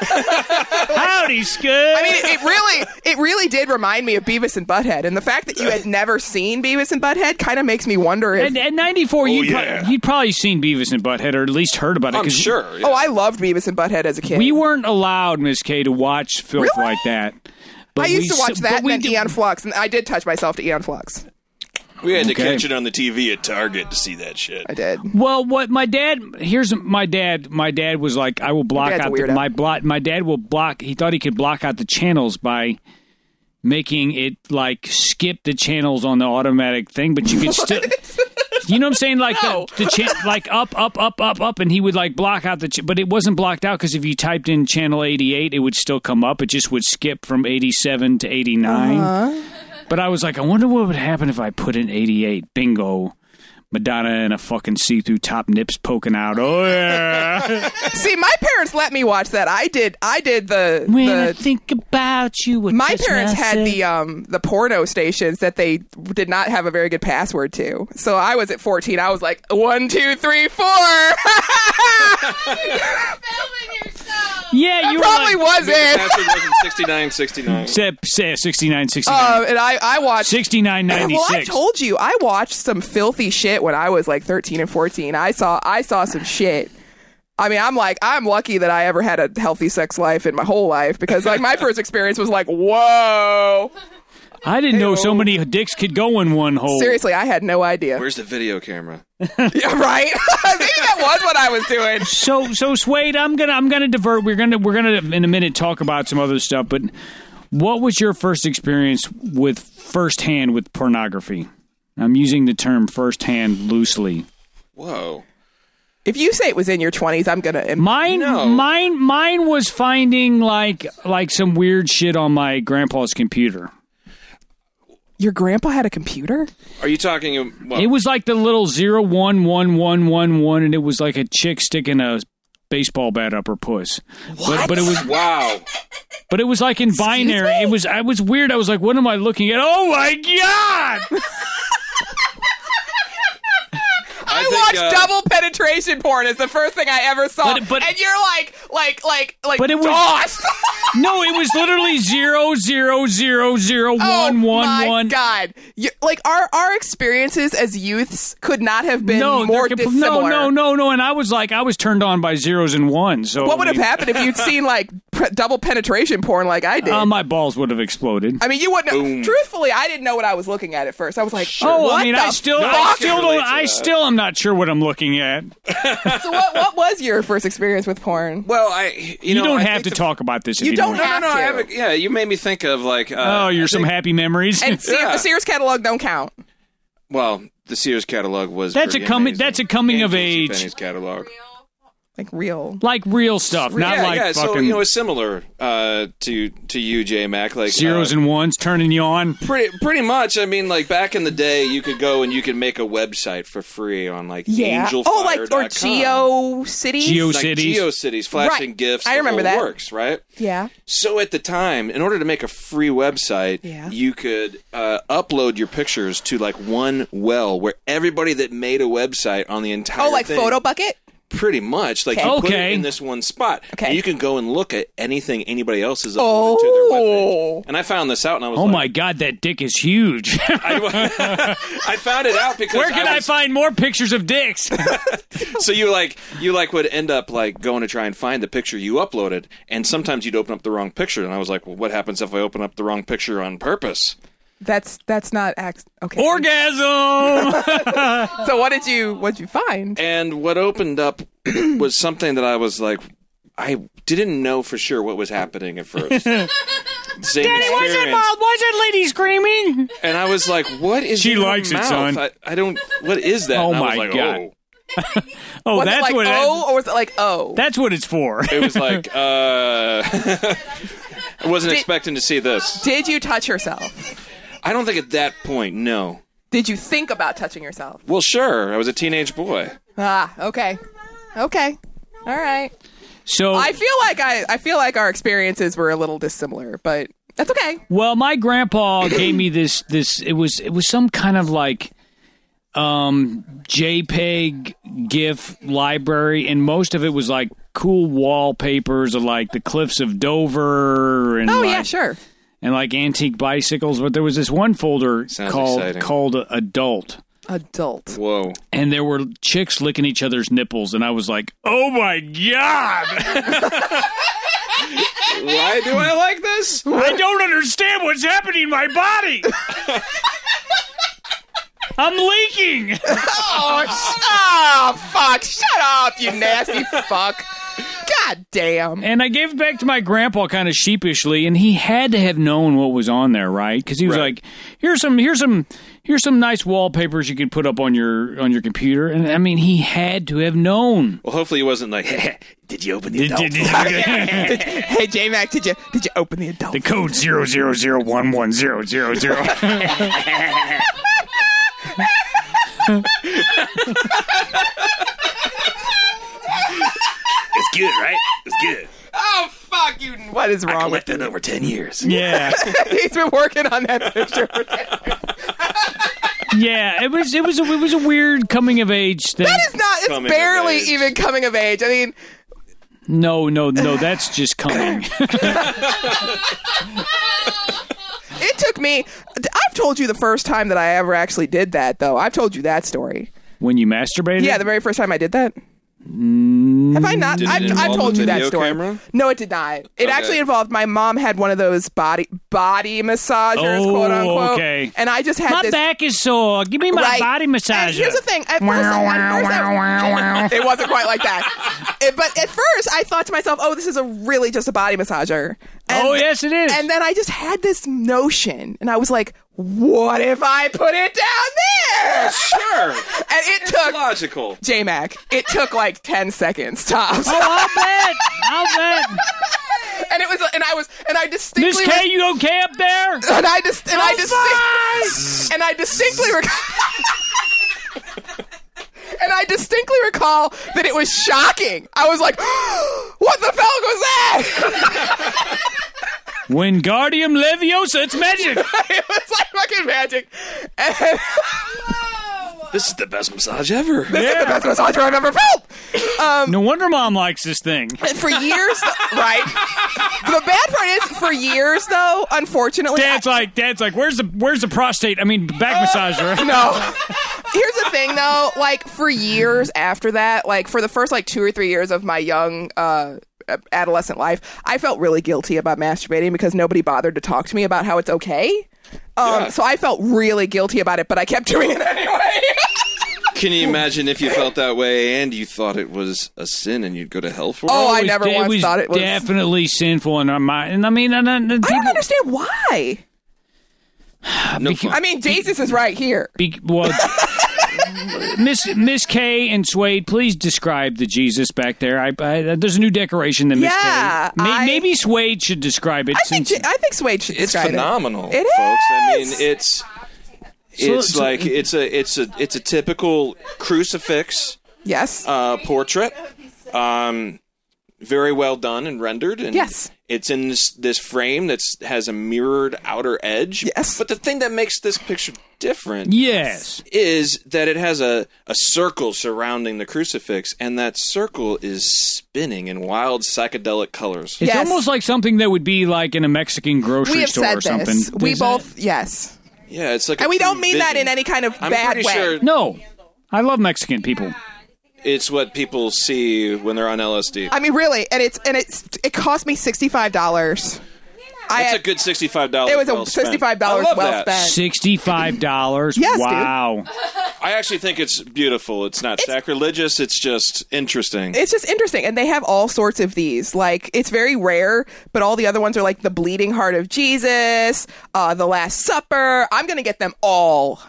Speaker 2: Howdy, Scud.
Speaker 1: I mean, it, it really, it really did remind me of Beavis and Butthead, and the fact that you had never seen Beavis and Butthead kind of makes me wonder if. Oh,
Speaker 2: at, at '94, you'd, pro-
Speaker 4: yeah.
Speaker 2: you'd probably seen Beavis and Butthead, or at least heard about it.
Speaker 4: I'm
Speaker 2: 'cause
Speaker 4: sure. yeah.
Speaker 1: oh, I loved Beavis and Butthead as a kid.
Speaker 2: we weren't allowed, Miss K, to watch filth
Speaker 1: Really?
Speaker 2: like that. But
Speaker 1: I used
Speaker 2: we
Speaker 1: to watch
Speaker 2: s-
Speaker 1: that
Speaker 2: but
Speaker 1: and
Speaker 2: we
Speaker 1: then
Speaker 2: did-
Speaker 1: Eon Flux, and I did touch myself to Eon Flux.
Speaker 4: we had to
Speaker 2: Okay.
Speaker 4: catch it on the TV at Target to see that shit.
Speaker 1: I did.
Speaker 2: Well, what my dad here's my dad. My dad was like, I will block
Speaker 1: dad's a
Speaker 2: out the,
Speaker 1: weirdo.
Speaker 2: my block. My dad will block. He thought he could block out the channels by making it like skip the channels on the automatic thing, but you could still. You know what I'm saying? Like
Speaker 1: No.
Speaker 2: the, the cha- like up, up, up, up, up, and he would like block out the. Ch- but it wasn't blocked out because if you typed in channel 88, it would still come up. It just would skip from 87 to 89.
Speaker 1: Uh-huh.
Speaker 2: But I was like, I wonder what would happen if I put in 88. Bingo. Madonna in a fucking see-through top, nips poking out. Oh yeah.
Speaker 1: See, my parents let me watch that. I did. I did the.
Speaker 2: when
Speaker 1: the
Speaker 2: I think about you, it
Speaker 1: my
Speaker 2: touches
Speaker 1: parents
Speaker 2: my
Speaker 1: had
Speaker 2: soul.
Speaker 1: the um the porno stations that they did not have a very good password to. So I was at fourteen. I was like one, two, three, four.
Speaker 5: Filming yourself.
Speaker 2: Yeah,
Speaker 1: I
Speaker 2: you
Speaker 1: probably
Speaker 2: were like,
Speaker 1: wasn't.
Speaker 4: Password wasn't 69, 69.
Speaker 2: Except, say, 69, 69,
Speaker 1: Um, and I I watched.
Speaker 2: 69,
Speaker 1: Well, I
Speaker 2: 96.
Speaker 1: told you I watched some filthy shit when I was like thirteen and fourteen. I saw I saw some shit. I mean, I'm like I'm lucky that I ever had a healthy sex life in my whole life because like my first experience was like whoa.
Speaker 2: I didn't know so many dicks could go in one hole.
Speaker 1: Seriously, I had no idea.
Speaker 4: Where's the video camera?
Speaker 1: Yeah, right? Maybe that was what I was doing.
Speaker 2: So, so Suede, I'm gonna, I'm gonna divert. We're gonna, we're gonna in a minute talk about some other stuff. But what was your first experience with firsthand with pornography? I'm using the term firsthand loosely.
Speaker 4: Whoa.
Speaker 1: If you say it was in your 20s, I'm going to.
Speaker 2: Mine,
Speaker 4: No.
Speaker 2: mine, mine was finding like like some weird shit on my grandpa's computer.
Speaker 1: Your grandpa had a computer?
Speaker 4: Are you talking? uh, Well,
Speaker 2: It was like the little zero one one one one one, and it was like a chick sticking a baseball bat up her puss. But, but it was,
Speaker 4: wow.
Speaker 2: but it was like in binary. It was, I was weird. I was like, what am I looking at? Oh my god!
Speaker 1: I,
Speaker 4: think,
Speaker 1: watched
Speaker 4: uh,
Speaker 1: double penetration porn as the first thing I ever saw.
Speaker 2: But- but-
Speaker 1: and you're like, like, like, like,
Speaker 2: But it was-
Speaker 1: DOS.
Speaker 2: No, it was literally zero zero zero zero
Speaker 1: Oh
Speaker 2: one one
Speaker 1: my
Speaker 2: one.
Speaker 1: God! You, like our our experiences as youths could not have been
Speaker 2: No, they're
Speaker 1: more
Speaker 2: compl-
Speaker 1: dissimilar.
Speaker 2: no, no, no, no. And I was like, I was turned on by zeros and ones. So
Speaker 1: What would
Speaker 2: I
Speaker 1: have
Speaker 2: mean,
Speaker 1: happened if you'd seen like pre- double penetration porn like I did?
Speaker 2: Uh, my balls would have exploded.
Speaker 1: I mean, you wouldn't. Truthfully, I didn't know what I was looking at at first. I was like,
Speaker 2: Oh,
Speaker 1: what
Speaker 2: I mean,
Speaker 1: the
Speaker 2: I still, I
Speaker 1: fuck?
Speaker 2: still,
Speaker 4: relate
Speaker 2: don't,
Speaker 4: to
Speaker 2: I
Speaker 4: that.
Speaker 2: still am not sure what I'm looking at.
Speaker 1: So what, what was your first experience with porn?
Speaker 4: Well, I. You,
Speaker 2: You,
Speaker 4: know,
Speaker 2: don't
Speaker 4: I
Speaker 2: have
Speaker 4: think
Speaker 2: to
Speaker 4: the-
Speaker 2: talk about this. If
Speaker 1: You
Speaker 2: you
Speaker 1: don't
Speaker 2: want.
Speaker 4: No, no, no. I
Speaker 1: Have to.
Speaker 4: haven't. Yeah, you made me think of like. Uh,
Speaker 2: Oh, you're
Speaker 4: I
Speaker 2: some
Speaker 4: think-
Speaker 2: happy memories.
Speaker 1: And Se-
Speaker 4: Yeah.
Speaker 1: the Sears catalog don't count.
Speaker 4: Well, the Sears catalog was.
Speaker 2: That's a
Speaker 4: pretty
Speaker 2: coming-
Speaker 4: amazing.
Speaker 2: that's a coming
Speaker 4: And
Speaker 2: of age.
Speaker 4: JCPenney's catalog.
Speaker 5: Real.
Speaker 1: Like real.
Speaker 2: like real stuff, not
Speaker 4: yeah,
Speaker 2: like
Speaker 4: yeah.
Speaker 2: fucking
Speaker 4: So you know, it's similar uh, to to you, J Mac. Like
Speaker 2: zeros
Speaker 4: uh,
Speaker 2: and ones turning you on.
Speaker 4: pretty pretty much. I mean, like back in the day, you could go and you could make a website for free on like Angelfire.com.
Speaker 1: oh, like or Geo Cities.
Speaker 2: Geo-
Speaker 4: like
Speaker 2: Cities.
Speaker 4: GeoCities, flashing
Speaker 1: Right.
Speaker 4: gifts.
Speaker 1: I
Speaker 4: the
Speaker 1: remember
Speaker 4: whole
Speaker 1: that.
Speaker 4: works right.
Speaker 1: Yeah.
Speaker 4: So at the time, in order to make a free website,
Speaker 1: Yeah.
Speaker 4: you could uh, upload your pictures to like one well where everybody that made a website on the entire
Speaker 1: Oh, like
Speaker 4: thing-
Speaker 1: Photo Bucket.
Speaker 4: Pretty much, like
Speaker 1: Okay.
Speaker 4: you put it
Speaker 2: Okay.
Speaker 4: in this one spot,
Speaker 1: Okay.
Speaker 4: and you can go and look at anything anybody else has uploaded to their
Speaker 1: Oh.
Speaker 4: webpage. And I found this out, and I was
Speaker 2: Oh
Speaker 4: like,
Speaker 2: my god, that dick is huge.
Speaker 4: I, I found it out because
Speaker 2: Where can I,
Speaker 4: was-
Speaker 2: find more pictures of dicks?
Speaker 4: So you like you like would end up like going to try and find the picture you uploaded, and sometimes you'd open up the wrong picture, and I was like, well, what happens if I open up the wrong picture on purpose?
Speaker 1: That's that's not ac- okay.
Speaker 2: Orgasm.
Speaker 1: so what did you what would you find?
Speaker 4: And what opened up was something that I was like, I didn't know for sure what was happening at first. Same
Speaker 2: Why is that
Speaker 4: experience.
Speaker 2: mom? Why is that lady screaming?
Speaker 4: And I was like, what is
Speaker 2: She
Speaker 4: in your
Speaker 2: likes it,
Speaker 4: mouth?
Speaker 2: son.
Speaker 4: I, I don't. What is that?
Speaker 2: Oh
Speaker 4: And I
Speaker 2: my
Speaker 4: was like,
Speaker 2: God.
Speaker 4: Oh.
Speaker 2: Oh,
Speaker 1: was
Speaker 2: that's
Speaker 1: it like
Speaker 2: what.
Speaker 1: oh or was it like oh?
Speaker 2: that's what it's for.
Speaker 4: It was like, uh, I wasn't expecting to see this.
Speaker 1: did you touch yourself?
Speaker 4: I don't think at that point, no.
Speaker 1: Did you think about touching yourself?
Speaker 4: Well, sure. I was a teenage boy.
Speaker 1: Ah, okay. Okay. All right.
Speaker 2: So
Speaker 1: I feel like I, I feel like our experiences were a little dissimilar, but that's okay.
Speaker 2: Well, my grandpa gave me this this it was it was some kind of like um JPEG GIF library and most of it was like cool wallpapers of like the cliffs of Dover and
Speaker 1: Oh
Speaker 2: like,
Speaker 1: yeah, sure.
Speaker 2: and like antique bicycles, but there was this one folder
Speaker 4: Sounds
Speaker 2: called
Speaker 4: exciting.
Speaker 2: called adult
Speaker 1: Adult.
Speaker 4: Whoa.
Speaker 2: and there were chicks licking each other's nipples and I was like, "Oh my god.
Speaker 4: Why do I like this?
Speaker 2: I don't understand what's happening in my body." I'm leaking.
Speaker 1: Oh, sh- oh fuck! Shut up, you nasty fuck! God damn.
Speaker 2: And I gave it back to my grandpa kind of sheepishly, and he had to have known what was on there, right? Because he was
Speaker 4: Right.
Speaker 2: like, "Here's some, here's some, here's some nice wallpapers you could put up on your on your computer." And I mean, he had to have known.
Speaker 4: Well, hopefully he wasn't like, did you open the adult?
Speaker 2: the
Speaker 1: Hey, J Mac, did you did you open the adult?
Speaker 2: code zero zero zero one one zero zero zero.
Speaker 4: It's good, right? It's good.
Speaker 1: Oh fuck you! What is wrong with
Speaker 4: that over 10 years.
Speaker 2: Yeah,
Speaker 1: He's been working on that picture.
Speaker 2: yeah. It was it was a, it was a weird coming of age thing.
Speaker 1: That is not. It's
Speaker 4: Coming of
Speaker 1: barely
Speaker 4: age.
Speaker 1: even coming of age. I mean,
Speaker 2: no, no, no. That's just coming.
Speaker 1: it took me. I've told you the first time that I ever actually did that, though. I've told you that story.
Speaker 2: when you masturbated.
Speaker 1: Yeah, the very first time I did that.
Speaker 2: Mm.
Speaker 1: Have I not?
Speaker 4: Did it
Speaker 1: I've, I've
Speaker 4: involve
Speaker 1: told
Speaker 4: a
Speaker 1: you that
Speaker 4: video
Speaker 1: story.
Speaker 4: camera?
Speaker 1: No, it did not. It actually involved my mom had one of those body body massagers,
Speaker 2: Oh,
Speaker 1: quote unquote.
Speaker 2: okay.
Speaker 1: And I just had
Speaker 2: my
Speaker 1: this
Speaker 2: back is sore. Give me my
Speaker 1: right.
Speaker 2: body massage.
Speaker 1: And here's the thing. At first, at first I- it wasn't quite like that. It- but at first, I thought to myself, "Oh, this is a really just a body massager." And-
Speaker 2: Oh, yes, it is.
Speaker 1: And then I just had this notion, and I was like, "What if I put it down there?"
Speaker 4: Sure.
Speaker 1: And it took
Speaker 4: Logical.
Speaker 1: J Mac. It took like ten seconds tops.
Speaker 2: I'll bet. I'll bet.
Speaker 1: and it was and I was and I distinctly
Speaker 2: Miss K, you okay up there?
Speaker 1: and I just and I distinct, and I distinctly rec- and I distinctly recall that it was shocking. I was like, "What the fuck was that?"
Speaker 2: Wingardium Leviosa, it's magic.
Speaker 1: it was like fucking magic. And
Speaker 5: Oh.
Speaker 4: This is the best massage ever.
Speaker 1: this is the best massage I've ever felt. Um,
Speaker 2: No wonder mom likes this thing.
Speaker 1: for years, right? The bad part is, for years though, unfortunately, I-
Speaker 2: Dad's like, Dad's like, where's the where's the prostate? I mean, back massager.
Speaker 1: No. Here's the thing, though. Like for years after that, like for the first like two or three years of my young uh, adolescent life, I felt really guilty about masturbating because nobody bothered to talk to me about how it's okay. Um,
Speaker 4: Yeah.
Speaker 1: So I felt really guilty about it, but I kept doing it anyway.
Speaker 4: Can you imagine if you felt that way and you thought it was a sin and you'd go to hell for
Speaker 1: oh,
Speaker 4: it?
Speaker 1: I never
Speaker 2: it
Speaker 1: once
Speaker 2: was
Speaker 1: thought it was.
Speaker 2: definitely sinful in our mind. And I mean, and, and, and
Speaker 1: I don't
Speaker 2: people-
Speaker 1: understand why.
Speaker 4: no fun.
Speaker 1: I mean, Jesus is right here.
Speaker 2: Be, well, Miss Miss K and Suede, please describe the Jesus back there. I, I there's a new decoration that Miss
Speaker 1: Yeah,
Speaker 2: K. May,
Speaker 1: I-
Speaker 2: maybe Suede should describe it.
Speaker 1: I think
Speaker 2: since
Speaker 1: J- I think Suede should
Speaker 4: it's
Speaker 1: describe
Speaker 4: phenomenal,
Speaker 1: It
Speaker 4: folks. I mean,
Speaker 1: is.
Speaker 4: it's
Speaker 2: So-
Speaker 4: it's
Speaker 2: so-
Speaker 4: like it's a it's a it's a typical crucifix
Speaker 1: It. Yes.
Speaker 4: uh, portrait. Um, very well done and rendered. And
Speaker 1: Yes.
Speaker 4: It's in this, this frame that has a mirrored outer edge.
Speaker 1: Yes.
Speaker 4: But the thing that makes this picture different
Speaker 2: Yes.
Speaker 4: is that it has a, a circle surrounding the crucifix, and that circle is spinning in wild psychedelic colors.
Speaker 2: It's
Speaker 1: Yes.
Speaker 2: almost like something that would be like in a Mexican grocery
Speaker 1: we have
Speaker 2: store
Speaker 1: said
Speaker 2: or something.
Speaker 1: this. We
Speaker 2: Is
Speaker 1: both,
Speaker 2: that-
Speaker 1: yes.
Speaker 4: Yeah, it's like, a
Speaker 1: And we don't
Speaker 4: true
Speaker 1: mean that
Speaker 4: vision.
Speaker 1: in any kind of
Speaker 4: I'm
Speaker 1: bad way.
Speaker 4: pretty sure
Speaker 2: No. I love Mexican people.
Speaker 4: it's what people see when they're on LSD.
Speaker 1: I mean, really, and it's and it's it cost me sixty five dollars. I
Speaker 4: That's
Speaker 1: had-
Speaker 4: a good sixty-five dollars.
Speaker 1: It was a $65 well spent.
Speaker 2: Sixty-five dollars.
Speaker 1: Yes, dude.
Speaker 2: wow.
Speaker 4: I actually think it's beautiful. It's not sacrilegious. It's just interesting.
Speaker 1: it's just interesting, and they have all sorts of these. Like it's very rare, but all the other ones are like the Bleeding Heart of Jesus, uh, the Last Supper. I'm gonna get them all,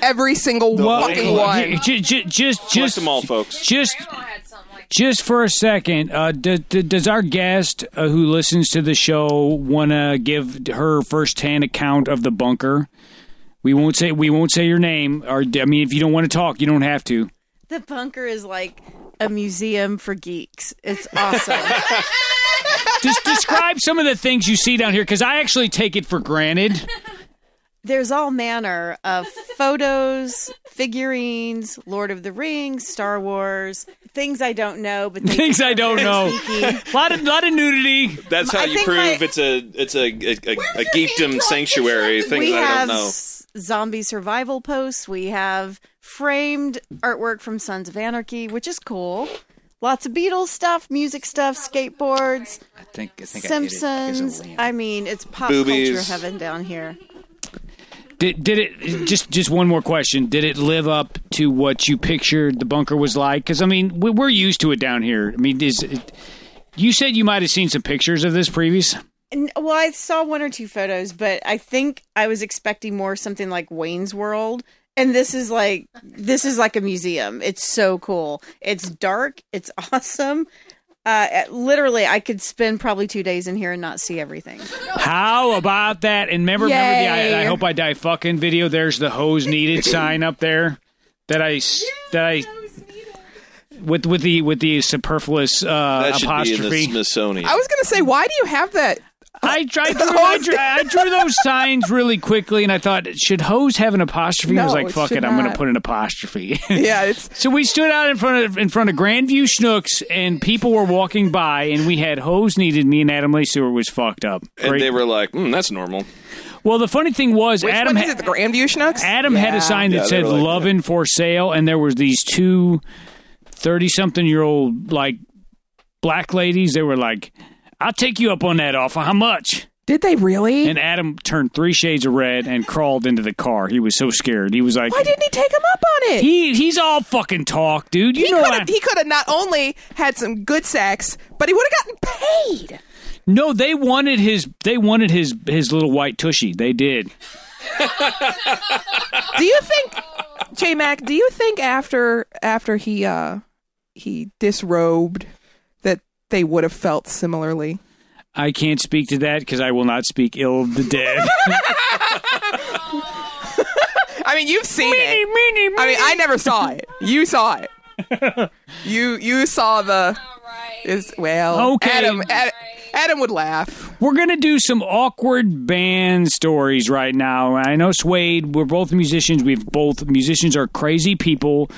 Speaker 1: every single fucking one.
Speaker 2: Just, just, just
Speaker 4: them all, folks.
Speaker 2: Just,
Speaker 5: Grandma had something like
Speaker 2: just for a second, uh, d- d- does our guest uh, who listens to the show want to give her firsthand account of the bunker? We won't say we won't say your name. Or I mean, if you don't want to talk, you don't have to.
Speaker 7: The bunker is like a museum for geeks. It's awesome.
Speaker 2: Just describe some of the things you see down here, because I actually take it for granted.
Speaker 7: There's all manner of photos, figurines, Lord of the Rings, Star Wars, things I don't know, but they
Speaker 2: Things I don't know.
Speaker 7: Geeky.
Speaker 2: A lot of lot of nudity.
Speaker 4: That's how
Speaker 7: I
Speaker 4: you
Speaker 7: think
Speaker 4: prove
Speaker 7: my-
Speaker 4: it's a it's a a, a, a geekdom sanctuary. Things
Speaker 7: we
Speaker 4: I
Speaker 7: have
Speaker 4: don't know.
Speaker 7: s- zombie survival posts. We have framed artwork from Sons of Anarchy, which is cool. Lots of Beatles stuff, music stuff, skateboards,
Speaker 2: I think I think
Speaker 7: Simpsons. I, mean, it's pop
Speaker 4: Boobies.
Speaker 7: culture heaven down here.
Speaker 2: Did, did it just just one more question? Did it live up to what you pictured the bunker was like? Because I mean, we, we're used to it down here. I mean, is it, you said you might have seen some pictures of this previous?
Speaker 7: N- Well, I saw one or two photos, but I think I was expecting more something like Wayne's World. And this is like this is like a museum. It's so cool. It's dark. It's awesome. Uh, it- literally, I could spend probably two days in here and not see everything.
Speaker 2: How about that? And remember, remember the I, I
Speaker 7: Yay.
Speaker 2: hope I die fucking video. There's the hose needed sign up there that I s- that I with with the with the superfluous uh,
Speaker 4: That should
Speaker 2: apostrophe.
Speaker 4: be in the Smithsonian.
Speaker 1: I was gonna say, why do you have that?
Speaker 2: I, I, drew, I, drew, I drew those signs really quickly, and I thought, should hose have an apostrophe? I was
Speaker 1: No,
Speaker 2: like,
Speaker 1: it
Speaker 2: fuck it,
Speaker 1: should
Speaker 2: I'm going to
Speaker 1: not.
Speaker 2: put an apostrophe.
Speaker 1: Yeah, it's
Speaker 2: so we stood out in front of in front of Grandview Schnooks, and people were walking by, and we had hose needed me, and Adam Lee Sewer was fucked up.
Speaker 4: and
Speaker 2: Great.
Speaker 4: they were like, hmm, "That's normal."
Speaker 2: well, the funny thing was,
Speaker 1: which
Speaker 2: Adam
Speaker 1: one is
Speaker 2: ha-
Speaker 1: it? The Grandview Schnucks?
Speaker 2: Adam had a sign that
Speaker 4: Yeah, they
Speaker 2: said
Speaker 4: were like
Speaker 2: "Lovin' for Sale," and there was these two 30 something year old like black ladies. They were like, "I'll take you up on that offer. How much?"
Speaker 1: Did they really?
Speaker 2: And Adam turned three shades of red and crawled into the car. He was so scared. He was like,
Speaker 1: why didn't he take him up on it?
Speaker 2: he, he's all fucking talk, dude. You
Speaker 1: he
Speaker 2: know
Speaker 1: could
Speaker 2: what?
Speaker 1: have. He could have not only had some good sex, but he would have gotten paid.
Speaker 2: No, they wanted his. They wanted his his little white tushy. They did.
Speaker 1: Do you think, J Mac? Do you think after after he uh he disrobed that they would have felt similarly?
Speaker 2: I can't speak to that because I will not speak ill of the dead.
Speaker 1: I mean, you've seen it.
Speaker 2: meanie,
Speaker 1: I mean, I never saw it. You saw it. you you saw the is well.
Speaker 2: Okay.
Speaker 1: Adam Ad- Adam would laugh.
Speaker 2: We're going to do some awkward band stories right now. I know Suede, we're both musicians. We've both, musicians are crazy people.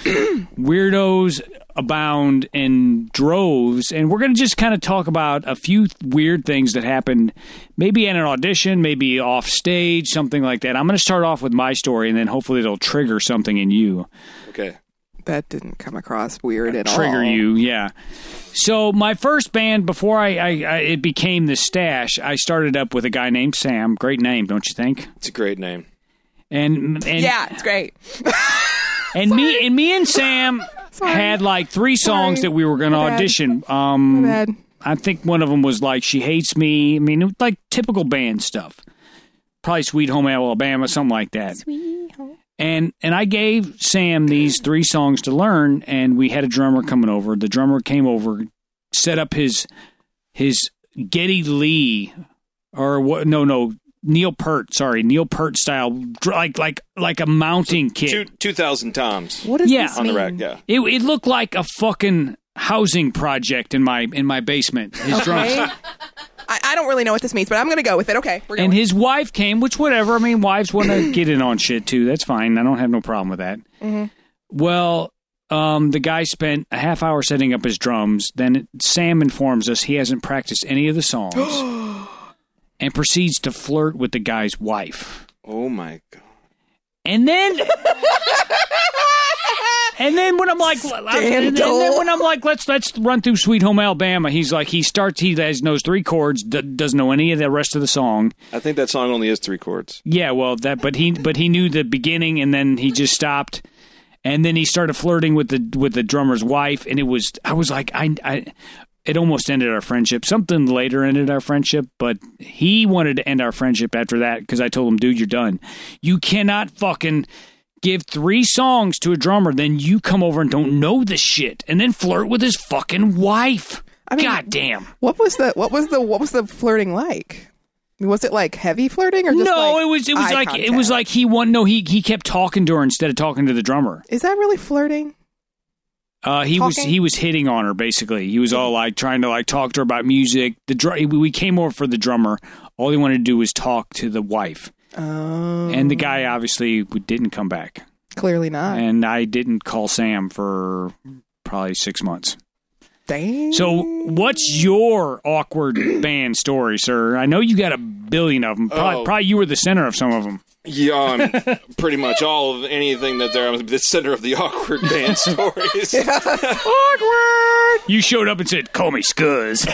Speaker 2: Weirdos abound in droves. And we're going to just kind of talk about a few weird things that happened, maybe at an audition, maybe off stage, something like that. I'm going to start off with my story and then hopefully it'll trigger something in you
Speaker 4: Okay,
Speaker 1: That didn't come across weird at all.
Speaker 2: trigger you. Yeah. So my first band before I, I, I it became the Stash, I started up with a guy named Sam. Great name, don't you think?
Speaker 4: it's a great name.
Speaker 2: And and
Speaker 1: Yeah, it's great.
Speaker 2: and me and me and Sam had like three songs
Speaker 1: Sorry.
Speaker 2: that we were going to
Speaker 1: My bad.
Speaker 2: audition. Um,
Speaker 1: My bad.
Speaker 2: I think one of them was like "She Hates Me." I mean, it was like typical band stuff. Probably "Sweet Home Alabama," something like that. Sweet Home. And and I gave Sam these three songs to learn, and we had a drummer coming over. The drummer came over, set up his his Getty Lee or what? No, no. Neil Pert, sorry, Neil Pert style, dr- like like like a mounting kit.
Speaker 4: Two two thousand toms
Speaker 1: What does
Speaker 2: Yeah.
Speaker 1: this
Speaker 4: on the
Speaker 1: mean?
Speaker 4: rack. Yeah,
Speaker 2: It, it looked like a fucking housing project in my in my basement. His drums.
Speaker 1: Okay. I, I don't really know what this means, but I'm going to go with it. Okay, we're going.
Speaker 2: And his wife came, which whatever. I mean, wives want to get in on shit too. That's fine. I don't have no problem with that. Well, um, the guy spent a half hour setting up his drums. Then Sam informs us he hasn't practiced any of the songs, and proceeds to flirt with the guy's wife.
Speaker 4: Oh my god.
Speaker 2: And then, and then when I'm like, and then when I'm like, let's let's run through Sweet Home Alabama. He's like, he starts, he has knows three chords, d- doesn't know any of the rest of the song.
Speaker 4: I think that song only has three chords.
Speaker 2: Yeah, well, that but he but he knew the beginning, and then he just stopped, and then he started flirting with the with the drummer's wife, and it was I was like I I. It almost ended our friendship. Something later ended our friendship, but he wanted to end our friendship after that because I told him, dude, you're done. You cannot fucking give three songs to a drummer, then you come over and don't know the shit, and then flirt with his fucking wife.
Speaker 1: I mean-
Speaker 2: God damn.
Speaker 1: What was the what was the what was the flirting like? Was it like heavy flirting or just
Speaker 2: no,
Speaker 1: like
Speaker 2: it was it was
Speaker 1: eye
Speaker 2: like it was
Speaker 1: contact?
Speaker 2: like he won. No, he he kept talking to her instead of talking to the drummer.
Speaker 1: Is that really flirting?
Speaker 2: Uh, he was
Speaker 1: Talking?
Speaker 2: he was hitting on her basically. He was all like trying to like talk to her about music. The dr- we came over for the drummer. All he wanted to do was talk to the wife,
Speaker 1: Oh,
Speaker 2: and the guy obviously didn't come back.
Speaker 1: clearly not.
Speaker 2: And I didn't call Sam for probably six months.
Speaker 1: Dang.
Speaker 2: So, what's your awkward band story, sir? I know you got a billion of them. Probably,
Speaker 4: Oh.
Speaker 2: probably you were the center of some of them.
Speaker 4: Yeah, I'm pretty much all of anything that there. I'm the center of the awkward band stories.
Speaker 2: You showed up and said, "Call me Scuzz."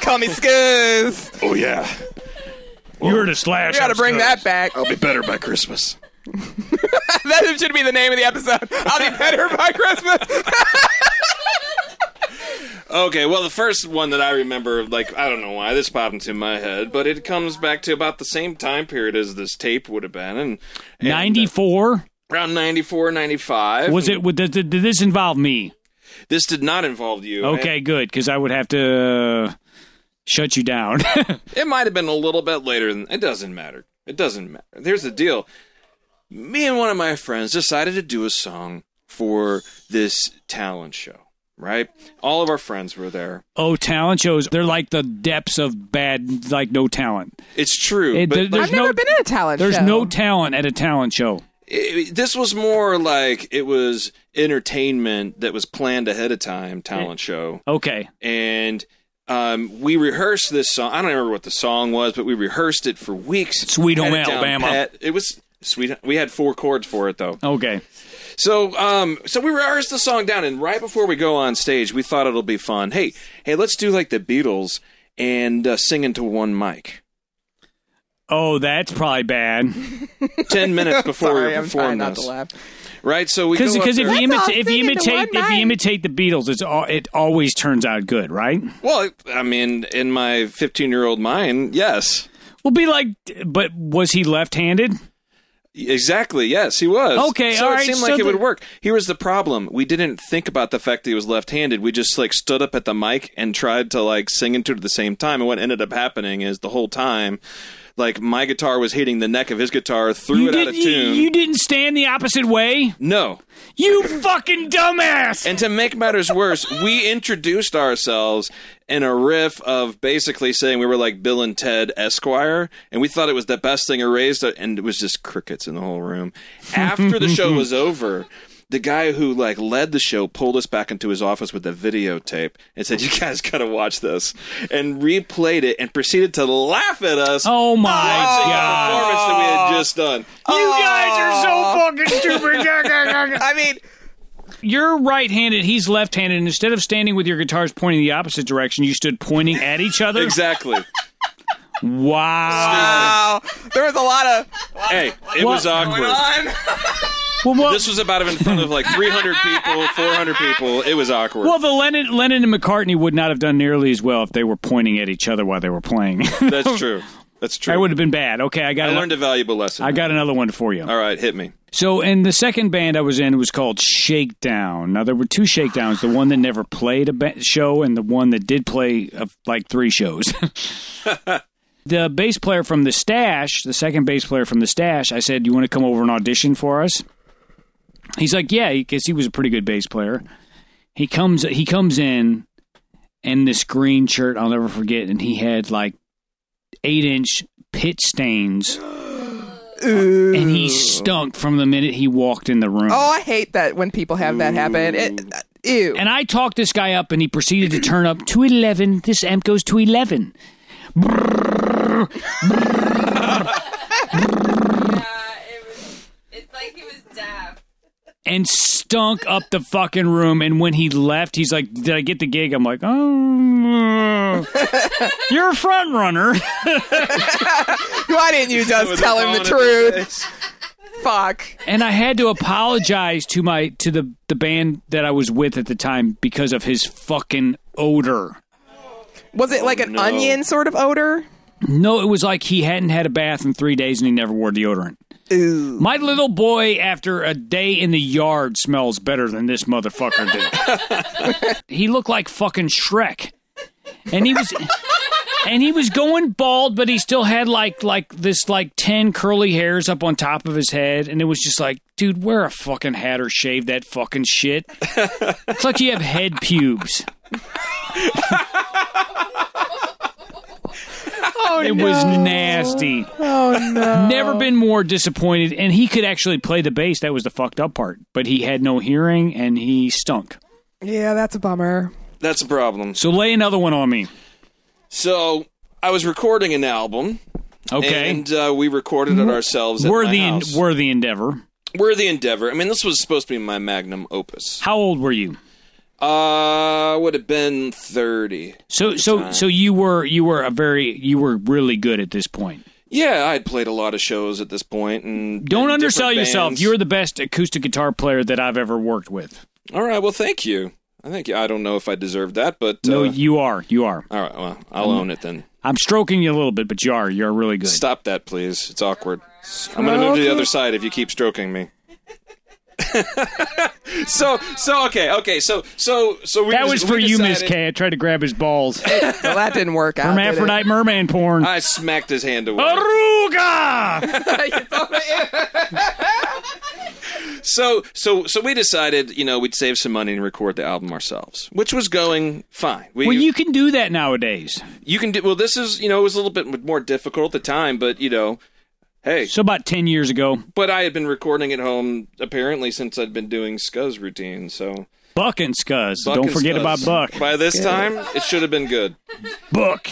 Speaker 1: call me Scuzz.
Speaker 4: Oh yeah,
Speaker 2: you were the slash.
Speaker 1: We got to
Speaker 2: I'm
Speaker 1: bring
Speaker 2: Scuzz.
Speaker 1: that back.
Speaker 4: I'll be better by Christmas.
Speaker 1: that should be the name of the episode. I'll be better by Christmas.
Speaker 4: Okay, well, the first one that I remember, like, I don't know why this popped into my head, but it comes back to about the same time period as this tape would have been. And, and, uh,
Speaker 2: Ninety-four.
Speaker 4: around 94, 95.
Speaker 2: Was it? Did, did did this involve me?
Speaker 4: This did not involve you.
Speaker 2: Okay, good, because I would have to uh, shut you down.
Speaker 4: It might have been a little bit later than it doesn't matter. It doesn't matter. Here's the deal. Me and one of my friends decided to do a song for this talent show, right? All of our friends were there.
Speaker 2: oh, talent shows—they're like the depths of bad, like no talent.
Speaker 4: It's true.
Speaker 2: It-
Speaker 4: but
Speaker 2: there-
Speaker 4: like,
Speaker 2: there's
Speaker 1: I've never
Speaker 2: no-
Speaker 1: been in a talent
Speaker 2: There's
Speaker 1: show.
Speaker 2: no talent at a talent show.
Speaker 4: it- this was more like it was entertainment that was planned ahead of time talent show.
Speaker 2: Okay,
Speaker 4: And um, we rehearsed this song. I don't remember what the song was, but we rehearsed it for weeks.
Speaker 2: Sweet
Speaker 4: Had
Speaker 2: Home
Speaker 4: it down
Speaker 2: Alabama.
Speaker 4: pat. It was sweet. We had four chords for it though.
Speaker 2: okay.
Speaker 4: So, um, so we rehearsed the song down, and right before we go on stage, we thought it'll be fun. Hey, hey, let's do like the Beatles and uh, sing into one mic.
Speaker 2: Oh, that's probably bad.
Speaker 4: Ten minutes before
Speaker 1: Sorry,
Speaker 4: we
Speaker 1: I'm
Speaker 4: perform
Speaker 1: trying not
Speaker 4: this,
Speaker 1: to laugh.
Speaker 4: right? So we
Speaker 2: Because
Speaker 4: go up
Speaker 2: if you
Speaker 4: there-
Speaker 1: all
Speaker 2: imitate if you
Speaker 1: singing to
Speaker 2: imitate
Speaker 1: one
Speaker 2: if you
Speaker 1: mind.
Speaker 2: imitate the Beatles, it's all it always turns out good, right?
Speaker 4: well, I mean, in my fifteen-year-old mind, yes,
Speaker 2: We'll be like, but was he left-handed?
Speaker 4: exactly, yes, he was.
Speaker 2: Okay,
Speaker 4: so
Speaker 2: all
Speaker 4: it
Speaker 2: right,
Speaker 4: seemed
Speaker 2: so
Speaker 4: like it
Speaker 2: the-
Speaker 4: would work. Here was the problem: we didn't think about the fact that he was left-handed. We just like stood up at the mic and tried to like sing into it at the same time. And what ended up happening is the whole time. Like my guitar was hitting the neck of his guitar, threw
Speaker 2: You
Speaker 4: it out of
Speaker 2: didn't. You,
Speaker 4: tune.
Speaker 2: you didn't stand the opposite way.
Speaker 4: No.
Speaker 2: You fucking dumbass.
Speaker 4: And to make matters worse, we introduced ourselves in a riff of basically saying we were like Bill and Ted Esquire, and we thought it was the best thing erased, and it was just crickets in the whole room. After the show was over, the guy who like led the show pulled us back into his office with a videotape and said, "You guys got to watch this," and replayed it and proceeded to laugh at us.
Speaker 2: Oh my
Speaker 4: watching
Speaker 2: god.
Speaker 4: the performance that we had just done.
Speaker 2: You guys are so fucking stupid.
Speaker 1: I mean,
Speaker 2: You're right-handed. He's left-handed. And instead of standing with your guitars pointing the opposite direction, you stood pointing at each other.
Speaker 4: Exactly.
Speaker 2: Wow.
Speaker 1: wow, oh, there was a lot of
Speaker 4: hey, it was awkward.
Speaker 2: Well, well,
Speaker 4: This was about in front of like 300 people, 400 people. It was awkward.
Speaker 2: well, the Lennon, Lennon and McCartney would not have done nearly as well if they were pointing at each other while they were playing.
Speaker 4: That's true. That's true.
Speaker 2: That would have been bad. Okay, I got.
Speaker 4: I
Speaker 2: an-
Speaker 4: learned a valuable lesson.
Speaker 2: I got another one for you.
Speaker 4: All right, hit me.
Speaker 2: So, and the second band I was in was called Shakedown. Now there were two Shakedowns: the one that never played a ba- show, and the one that did play uh, like three shows. the bass player from the Stash, the second bass player from the Stash, I said, "You want to come over and audition for us?" He's like, "Yeah," because he was a pretty good bass player. He comes. He comes in, and this green shirt I'll never forget, and he had like eight inch pit stains, and he stunk from the minute he walked in the room.
Speaker 1: Oh, I hate that when people have that happen. It, uh, ew.
Speaker 2: And I talked this guy up, and he proceeded to turn up to eleven. This amp goes to eleven.
Speaker 5: Yeah, it was. It's like it was daft.
Speaker 2: and stunk up the fucking room. And when he left, he's like, "Did I get the gig?" I'm like, "Oh, you're a front runner."
Speaker 1: Why didn't you just tell him the truth? Fuck.
Speaker 2: and I had to apologize to my to the the band that I was with at the time because of his fucking odor.
Speaker 1: Was
Speaker 4: Oh,
Speaker 1: it like an onion sort of odor?
Speaker 2: No, it was like he hadn't had a bath in three days and he never wore deodorant. Ooh. My little boy, after a day in the yard, smells better than this motherfucker did. he looked like fucking Shrek, and he was, and he was going bald, but he still had like like this like ten curly hairs up on top of his head, and it was just like, dude, wear a fucking hat or shave that fucking shit. it's like you have head pubes. It was nasty.
Speaker 1: Oh no.
Speaker 2: Never been more disappointed. And he could actually play the bass. That was the fucked up part. But he had no hearing and he stunk.
Speaker 1: yeah, that's a bummer.
Speaker 4: That's a problem.
Speaker 2: So lay another one on me.
Speaker 4: So I was recording an album,
Speaker 2: Okay.
Speaker 4: and uh, we recorded it ourselves. At
Speaker 2: Worthy,
Speaker 4: my
Speaker 2: en-
Speaker 4: house.
Speaker 2: worthy endeavor.
Speaker 4: We're the endeavor. I mean, this was supposed to be my magnum opus.
Speaker 2: How old were you?
Speaker 4: Uh, would have been thirty.
Speaker 2: So so so you were you were a very you were really good at this point.
Speaker 4: Yeah, I'd played a lot of shows at this point, and
Speaker 2: Don't
Speaker 4: and
Speaker 2: undersell
Speaker 4: different
Speaker 2: yourself.
Speaker 4: bands.
Speaker 2: You're the best acoustic guitar player that I've ever worked with.
Speaker 4: all right. Well, thank you. I think I don't know if I deserved that, but uh,
Speaker 2: No, you are. You are.
Speaker 4: all right. Well, I'll own it then.
Speaker 2: I'm stroking you a little bit, but you are. You're really good.
Speaker 4: Stop that, please. It's awkward. I'm going to move to the other side if you keep stroking me. so, so okay, okay, so, so, so we.
Speaker 2: That
Speaker 4: des-
Speaker 2: was
Speaker 4: we
Speaker 2: for you, Miss
Speaker 4: decided-
Speaker 2: K. I tried to grab his balls.
Speaker 1: Well, that didn't work out. did it?
Speaker 2: Hermaphrodite merman porn.
Speaker 4: I smacked his hand away.
Speaker 2: Aruga!
Speaker 4: So, so, so we decided, you know, we'd save some money and record the album ourselves, which was going fine. We,
Speaker 2: Well, you can do that nowadays.
Speaker 4: you can do. Well, this is, you know, it was a little bit more difficult at the time, but you know, hey,
Speaker 2: So about ten years ago,
Speaker 4: but I had been recording at home apparently since I'd been doing Scuzz routine, so
Speaker 2: Buck and Scuzz.
Speaker 4: Buck
Speaker 2: Don't
Speaker 4: and
Speaker 2: forget
Speaker 4: Scuzz.
Speaker 2: about Buck.
Speaker 4: By this time, it should have been good.
Speaker 2: Buck,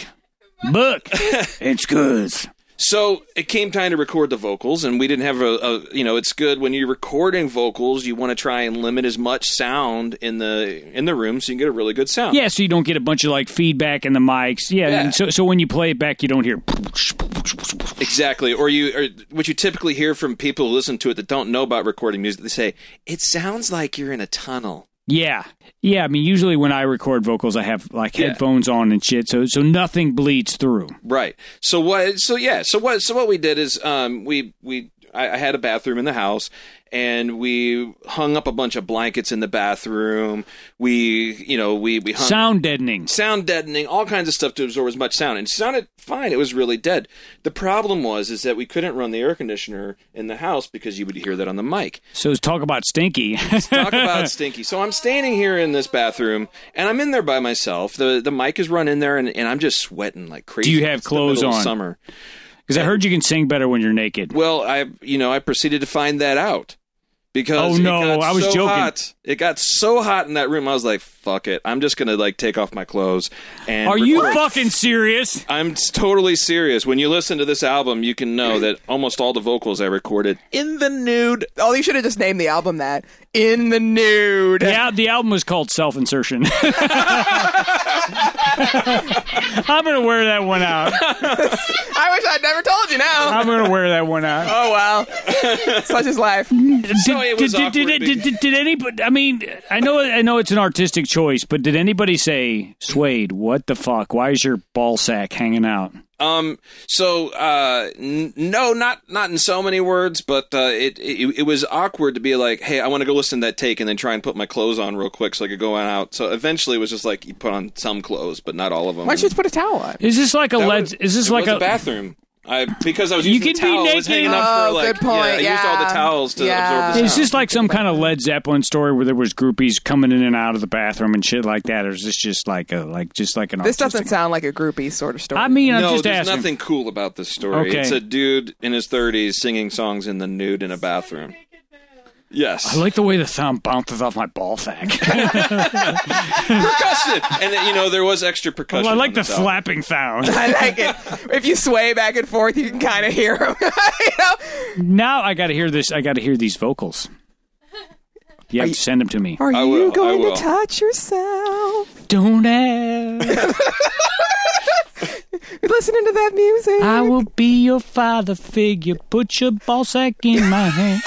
Speaker 2: Buck, and Scuzz.
Speaker 4: So it came time to record the vocals, and we didn't have a, a you know. It's good when you're recording vocals, you want to try and limit as much sound in the in the room so you can get a really good sound.
Speaker 2: Yeah, so you don't get a bunch of like feedback in the mics. Yeah,
Speaker 4: Yeah.
Speaker 2: And so so when you play it back, you don't hear.
Speaker 4: exactly. Or you or what you typically hear from people who listen to it that don't know about recording music, they say it sounds like you're in a tunnel.
Speaker 2: Yeah, yeah. I mean, usually when I record vocals, I have like
Speaker 4: Yeah.
Speaker 2: headphones on and shit, so so nothing bleeds through.
Speaker 4: Right. So what? So yeah. So what? So what we did is um we we I, I had a bathroom in the house and we hung up a bunch of blankets in the bathroom. We you know we we hung
Speaker 2: Sound deadening.
Speaker 4: sound deadening, all kinds of stuff to absorb as much sound. And it sounded fine. It was really dead. The problem was is that we couldn't run the air conditioner in the house because you would hear that on the mic.
Speaker 2: So talk about stinky.
Speaker 4: Talk about stinky. So I'm standing here in this bathroom and I'm in there by myself. The the mic is run in there and, and I'm just sweating like crazy.
Speaker 2: you have
Speaker 4: It's the
Speaker 2: clothes
Speaker 4: middle of
Speaker 2: on?
Speaker 4: Summer.
Speaker 2: Because I heard you can sing better when you're naked.
Speaker 4: Well, I you know I proceeded to find that out because
Speaker 2: Oh, no,
Speaker 4: it got
Speaker 2: I was
Speaker 4: so
Speaker 2: joking.
Speaker 4: Hot. It got so hot in that room. I was like, "Fuck it, I'm just gonna like take off my clothes." And
Speaker 2: Are you
Speaker 4: record.
Speaker 2: fucking serious?
Speaker 4: I'm s- totally serious. When you listen to this album, you can know that almost all the vocals I recorded in the nude.
Speaker 1: Oh, you should have just named the album that. In the nude.
Speaker 2: Yeah, the album was called Self Insertion. I'm gonna wear that one out.
Speaker 1: I wish I'd never told you now.
Speaker 2: I'm gonna wear that one out.
Speaker 1: Oh well. Such is life.
Speaker 2: Did,
Speaker 4: it was
Speaker 2: did, did,
Speaker 4: awkward
Speaker 2: did, did, did anybody? I mean, I know, I know, it's an artistic choice, but did anybody say, "Suede, what the fuck? Why is your ball sack hanging out?"
Speaker 4: Um, so uh, n- no, not not in so many words, but uh, it, it it was awkward to be like, hey, I want to go listen to that take, and then try and put my clothes on real quick so I could go on out. So eventually, it was just like you put on some clothes, but not all of them.
Speaker 1: Why don't you just put a towel on?
Speaker 2: Is this like a
Speaker 4: That
Speaker 2: Led?
Speaker 4: was-
Speaker 2: is this
Speaker 4: it
Speaker 2: like
Speaker 4: was
Speaker 2: a,
Speaker 4: bathroom? I because I was
Speaker 2: You
Speaker 4: using the
Speaker 2: can be
Speaker 4: towel. I was
Speaker 2: naked.
Speaker 4: hanging up
Speaker 1: Oh,
Speaker 4: for like
Speaker 1: good point,
Speaker 4: yeah, I used all
Speaker 1: yeah.
Speaker 4: the towels to
Speaker 1: Yeah.
Speaker 4: absorb the sound.
Speaker 2: Is this like some kind of Led Zeppelin story where there was groupies coming in and out of the bathroom and shit like that, or is this just like a like just like an?
Speaker 1: This
Speaker 2: artistic-
Speaker 1: doesn't sound like a groupie sort of story.
Speaker 2: I mean, I'm
Speaker 4: no,
Speaker 2: just
Speaker 4: there's
Speaker 2: asking.
Speaker 4: nothing cool about this story.
Speaker 2: Okay.
Speaker 4: It's a dude in his 30s singing songs in the nude in a bathroom. Yes.
Speaker 2: I like the way the sound bounces off my ball sack.
Speaker 4: percussion. And uh, you know there was extra percussion.
Speaker 2: Well, I like
Speaker 4: on
Speaker 2: the
Speaker 4: this album.
Speaker 2: flapping sound.
Speaker 1: I like it. If you sway back and forth, you can kind of hear him. you know?
Speaker 2: now I got to hear this. I got to hear these vocals. You have to send them to me.
Speaker 1: Are
Speaker 4: I
Speaker 1: you
Speaker 4: will, I
Speaker 1: going
Speaker 4: will.
Speaker 1: to touch yourself?
Speaker 2: Don't ask.
Speaker 1: You're listening to that music.
Speaker 2: I will be your father figure. Put your ball sack in my hand.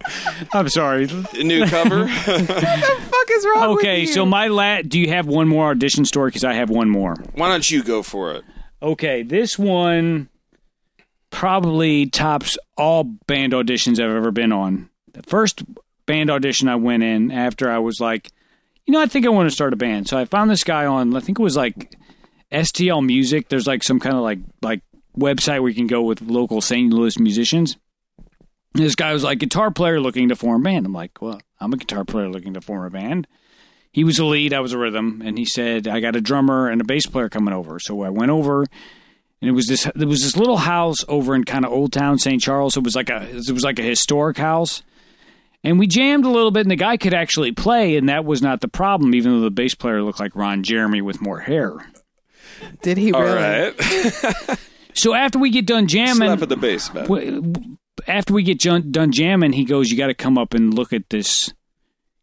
Speaker 2: I'm sorry.
Speaker 4: New cover.
Speaker 1: fuck is wrong with
Speaker 2: Okay,
Speaker 1: you?
Speaker 2: so my lat. Do you have one more audition story? Because I have one more.
Speaker 4: Why don't you go for it?
Speaker 2: Okay, this one probably tops all band auditions I've ever been on. The first band audition I went in after I was like, you know, I think I want to start a band. So I found this guy on, I think it was like STL Music. There's like some kind of like like website where you can go with local St. Louis musicians. And This guy was like guitar player looking to form a band. I'm like, well, I'm a guitar player looking to form a band he was a lead, I was a rhythm, and he said, "I got a drummer and a bass player coming over." So I went over, and it was this there was this little house over in kind of old town St. Charles. It was like a it was like a historic house, and we jammed a little bit, and the guy could actually play, and that was not the problem, even though the bass player looked like Ron Jeremy with more hair.
Speaker 1: Did he
Speaker 4: All
Speaker 1: really?
Speaker 4: right.
Speaker 2: So after we get done jamming,
Speaker 4: Slap at the bass, man.
Speaker 2: w- w- after we get jun- done jamming, he goes, "You got to come up and look at this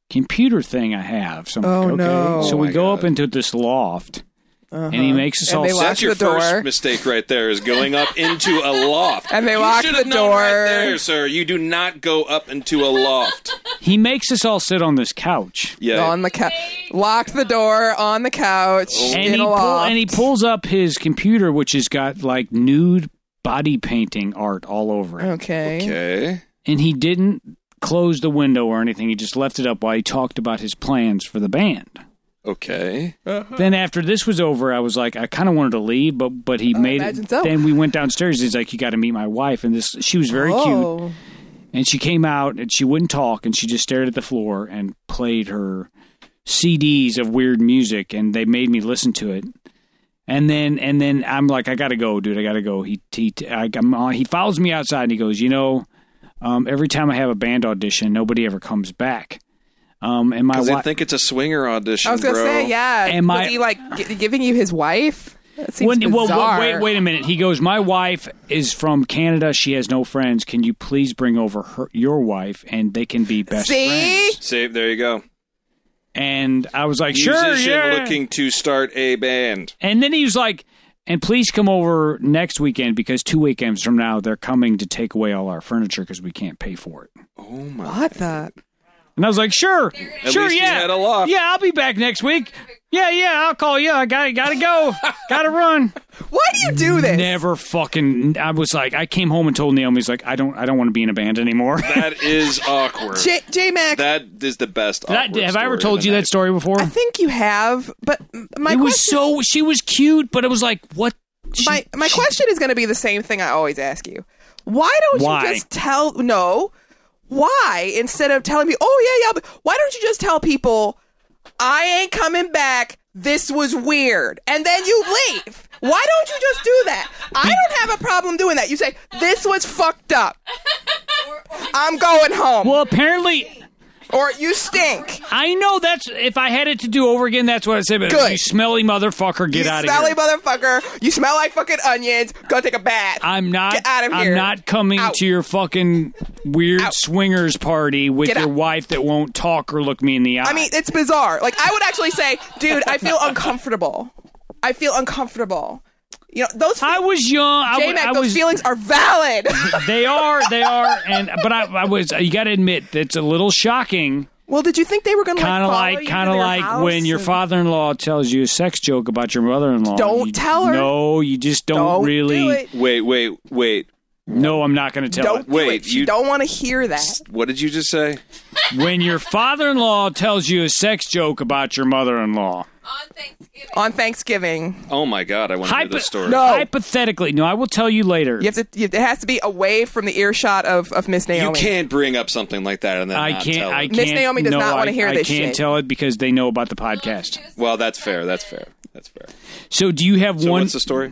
Speaker 2: computer thing I have." So I'm
Speaker 1: Oh,
Speaker 2: like, okay.
Speaker 1: no.
Speaker 2: So
Speaker 1: Oh,
Speaker 2: we
Speaker 4: my
Speaker 2: go
Speaker 4: God.
Speaker 2: up into this loft, and he makes us
Speaker 1: And
Speaker 2: all
Speaker 1: they
Speaker 2: sit-
Speaker 1: lock
Speaker 4: That's your
Speaker 1: the door.
Speaker 4: first mistake right there is going up into a loft.
Speaker 1: And they
Speaker 4: you
Speaker 1: lock
Speaker 4: should have
Speaker 1: the
Speaker 4: known right
Speaker 1: door.
Speaker 4: there, sir. You do not go up into a loft.
Speaker 2: He makes us all sit on this couch,
Speaker 4: Yeah. Oh.
Speaker 1: On the couch. Locked the door on the couch.
Speaker 2: and
Speaker 1: in
Speaker 2: he
Speaker 1: a
Speaker 2: pull-
Speaker 1: loft.
Speaker 2: and he pulls up his computer, which has got like nude body painting art all over it,
Speaker 1: Okay.
Speaker 4: okay.
Speaker 2: and he didn't close the window or anything. He just left it up while he talked about his plans for the band.
Speaker 1: Uh-huh.
Speaker 4: Okay.
Speaker 2: Then after this was over, I was like, I kind of wanted to leave, but but he made
Speaker 1: Oh, imagine
Speaker 2: it.
Speaker 1: so.
Speaker 2: Then we went downstairs. He's like, you got to meet my wife, and this she was very cute,
Speaker 1: oh.
Speaker 2: and she came out and she wouldn't talk, and she just stared at the floor and played her CDs of weird music, and they made me listen to it. And then and then I'm like, I gotta go, dude. I gotta go. He he I, I'm on, he follows me outside and he goes, you know, um, every time I have a band audition, nobody ever comes back. Um, and my
Speaker 4: Because
Speaker 2: wife.
Speaker 4: I think it's a swinger audition,
Speaker 1: I was going to
Speaker 4: bro.
Speaker 1: say, yeah.
Speaker 2: Am
Speaker 1: was
Speaker 2: I-
Speaker 1: he like g- giving you his wife? That seems
Speaker 2: When- well,
Speaker 1: bizarre.
Speaker 2: well, wait, wait a minute. He goes, "My wife is from Canada. She has no friends. Can you please bring over her, your wife, and they can be best
Speaker 1: See?
Speaker 2: friends?"
Speaker 4: See, there you go.
Speaker 2: And I was like, "Sure,
Speaker 4: Musician
Speaker 2: yeah."
Speaker 4: looking to start a band.
Speaker 2: and then he was like, "And please come over next weekend because two weekends from now they're coming to take away all our furniture because we can't pay for it."
Speaker 4: Oh my.
Speaker 1: What the?
Speaker 2: And I was like, "Sure, sure,
Speaker 4: least you
Speaker 2: yeah,
Speaker 4: had a loft.
Speaker 2: yeah, I'll be back next week. Yeah, yeah, I'll call you. I got, gotta go, gotta run."
Speaker 1: Why do you do this?
Speaker 2: Never fucking. I was like, I came home and told Naomi's like, I don't, I don't want to be in a band anymore.
Speaker 4: That is awkward.
Speaker 1: J, J- Mac,
Speaker 4: That is the best.
Speaker 2: That,
Speaker 4: awkward
Speaker 2: have I ever
Speaker 4: story
Speaker 2: told
Speaker 4: of
Speaker 2: you
Speaker 4: the
Speaker 2: that story before?
Speaker 1: I think you have, but my
Speaker 2: it was
Speaker 1: question,
Speaker 2: so she was cute, but it was like what? She,
Speaker 1: my my
Speaker 2: she-
Speaker 1: question is going to be the same thing I always ask you. Why don't
Speaker 2: Why?
Speaker 1: you just tell no? Why instead of telling me, "Oh yeah, yeah," but why don't you just tell people, "I ain't coming back. This was weird," and then you leave? Why don't you just do that? I don't have a problem doing that. You say, "This was fucked up. I'm going home,"
Speaker 2: Well, apparently,
Speaker 1: or "You stink."
Speaker 2: I know that's if I had it to do over again, that's what I said. But
Speaker 1: Good.
Speaker 2: you smelly motherfucker, get
Speaker 1: you
Speaker 2: out of
Speaker 1: smelly
Speaker 2: here.
Speaker 1: motherfucker. You smell like fucking onions. Go take a bath.
Speaker 2: I'm not.
Speaker 1: Get out of here.
Speaker 2: I'm not coming
Speaker 1: Out.
Speaker 2: to your fucking weird
Speaker 1: Out.
Speaker 2: swingers party with
Speaker 1: Get
Speaker 2: your
Speaker 1: out.
Speaker 2: wife that won't talk or look me in the eye.
Speaker 1: I mean, it's bizarre. Like I would actually say, dude, I feel uncomfortable. I feel uncomfortable. You know, those
Speaker 2: I was young. I, w- I
Speaker 1: J-Mac, those
Speaker 2: was.
Speaker 1: feelings are valid.
Speaker 2: They are. They are. And but I, I was. You got to admit, that's a little shocking.
Speaker 1: well, did you think they were going to
Speaker 2: kind of like kind of like when your father-in-law tells you a sex joke about your mother-in-law
Speaker 1: Don't
Speaker 2: you-
Speaker 1: tell her.
Speaker 2: no you just don't,
Speaker 1: Don't
Speaker 2: really
Speaker 1: do it.
Speaker 4: Wait, wait, wait.
Speaker 2: no i'm not going to tell
Speaker 1: Don't
Speaker 2: it.
Speaker 1: do
Speaker 4: Wait,
Speaker 1: it. She
Speaker 4: you-
Speaker 1: don't want to hear that.
Speaker 4: What did you just say?
Speaker 2: when your father-in-law tells you a sex joke about your mother-in-law
Speaker 5: On Thanksgiving.
Speaker 1: on Thanksgiving.
Speaker 4: Oh my god, I want to hear
Speaker 2: Hypo-
Speaker 4: this story.
Speaker 1: No.
Speaker 2: Hypothetically, no, I will tell you later.
Speaker 1: You have to. You, it has to be away from the earshot of of Miss Naomi.
Speaker 4: You can't bring up something like that and then
Speaker 2: I
Speaker 4: not
Speaker 2: can't.
Speaker 4: tell
Speaker 2: I
Speaker 4: it.
Speaker 2: can't.
Speaker 1: Miss Naomi does
Speaker 2: no,
Speaker 1: not
Speaker 2: I-
Speaker 1: wanna hear
Speaker 2: I
Speaker 1: this
Speaker 2: can't
Speaker 1: shit.
Speaker 2: tell it because they know about the podcast.
Speaker 4: Well, that's fair. That's fair. That's fair.
Speaker 2: So, do you have
Speaker 4: So
Speaker 2: one?
Speaker 4: what's the story?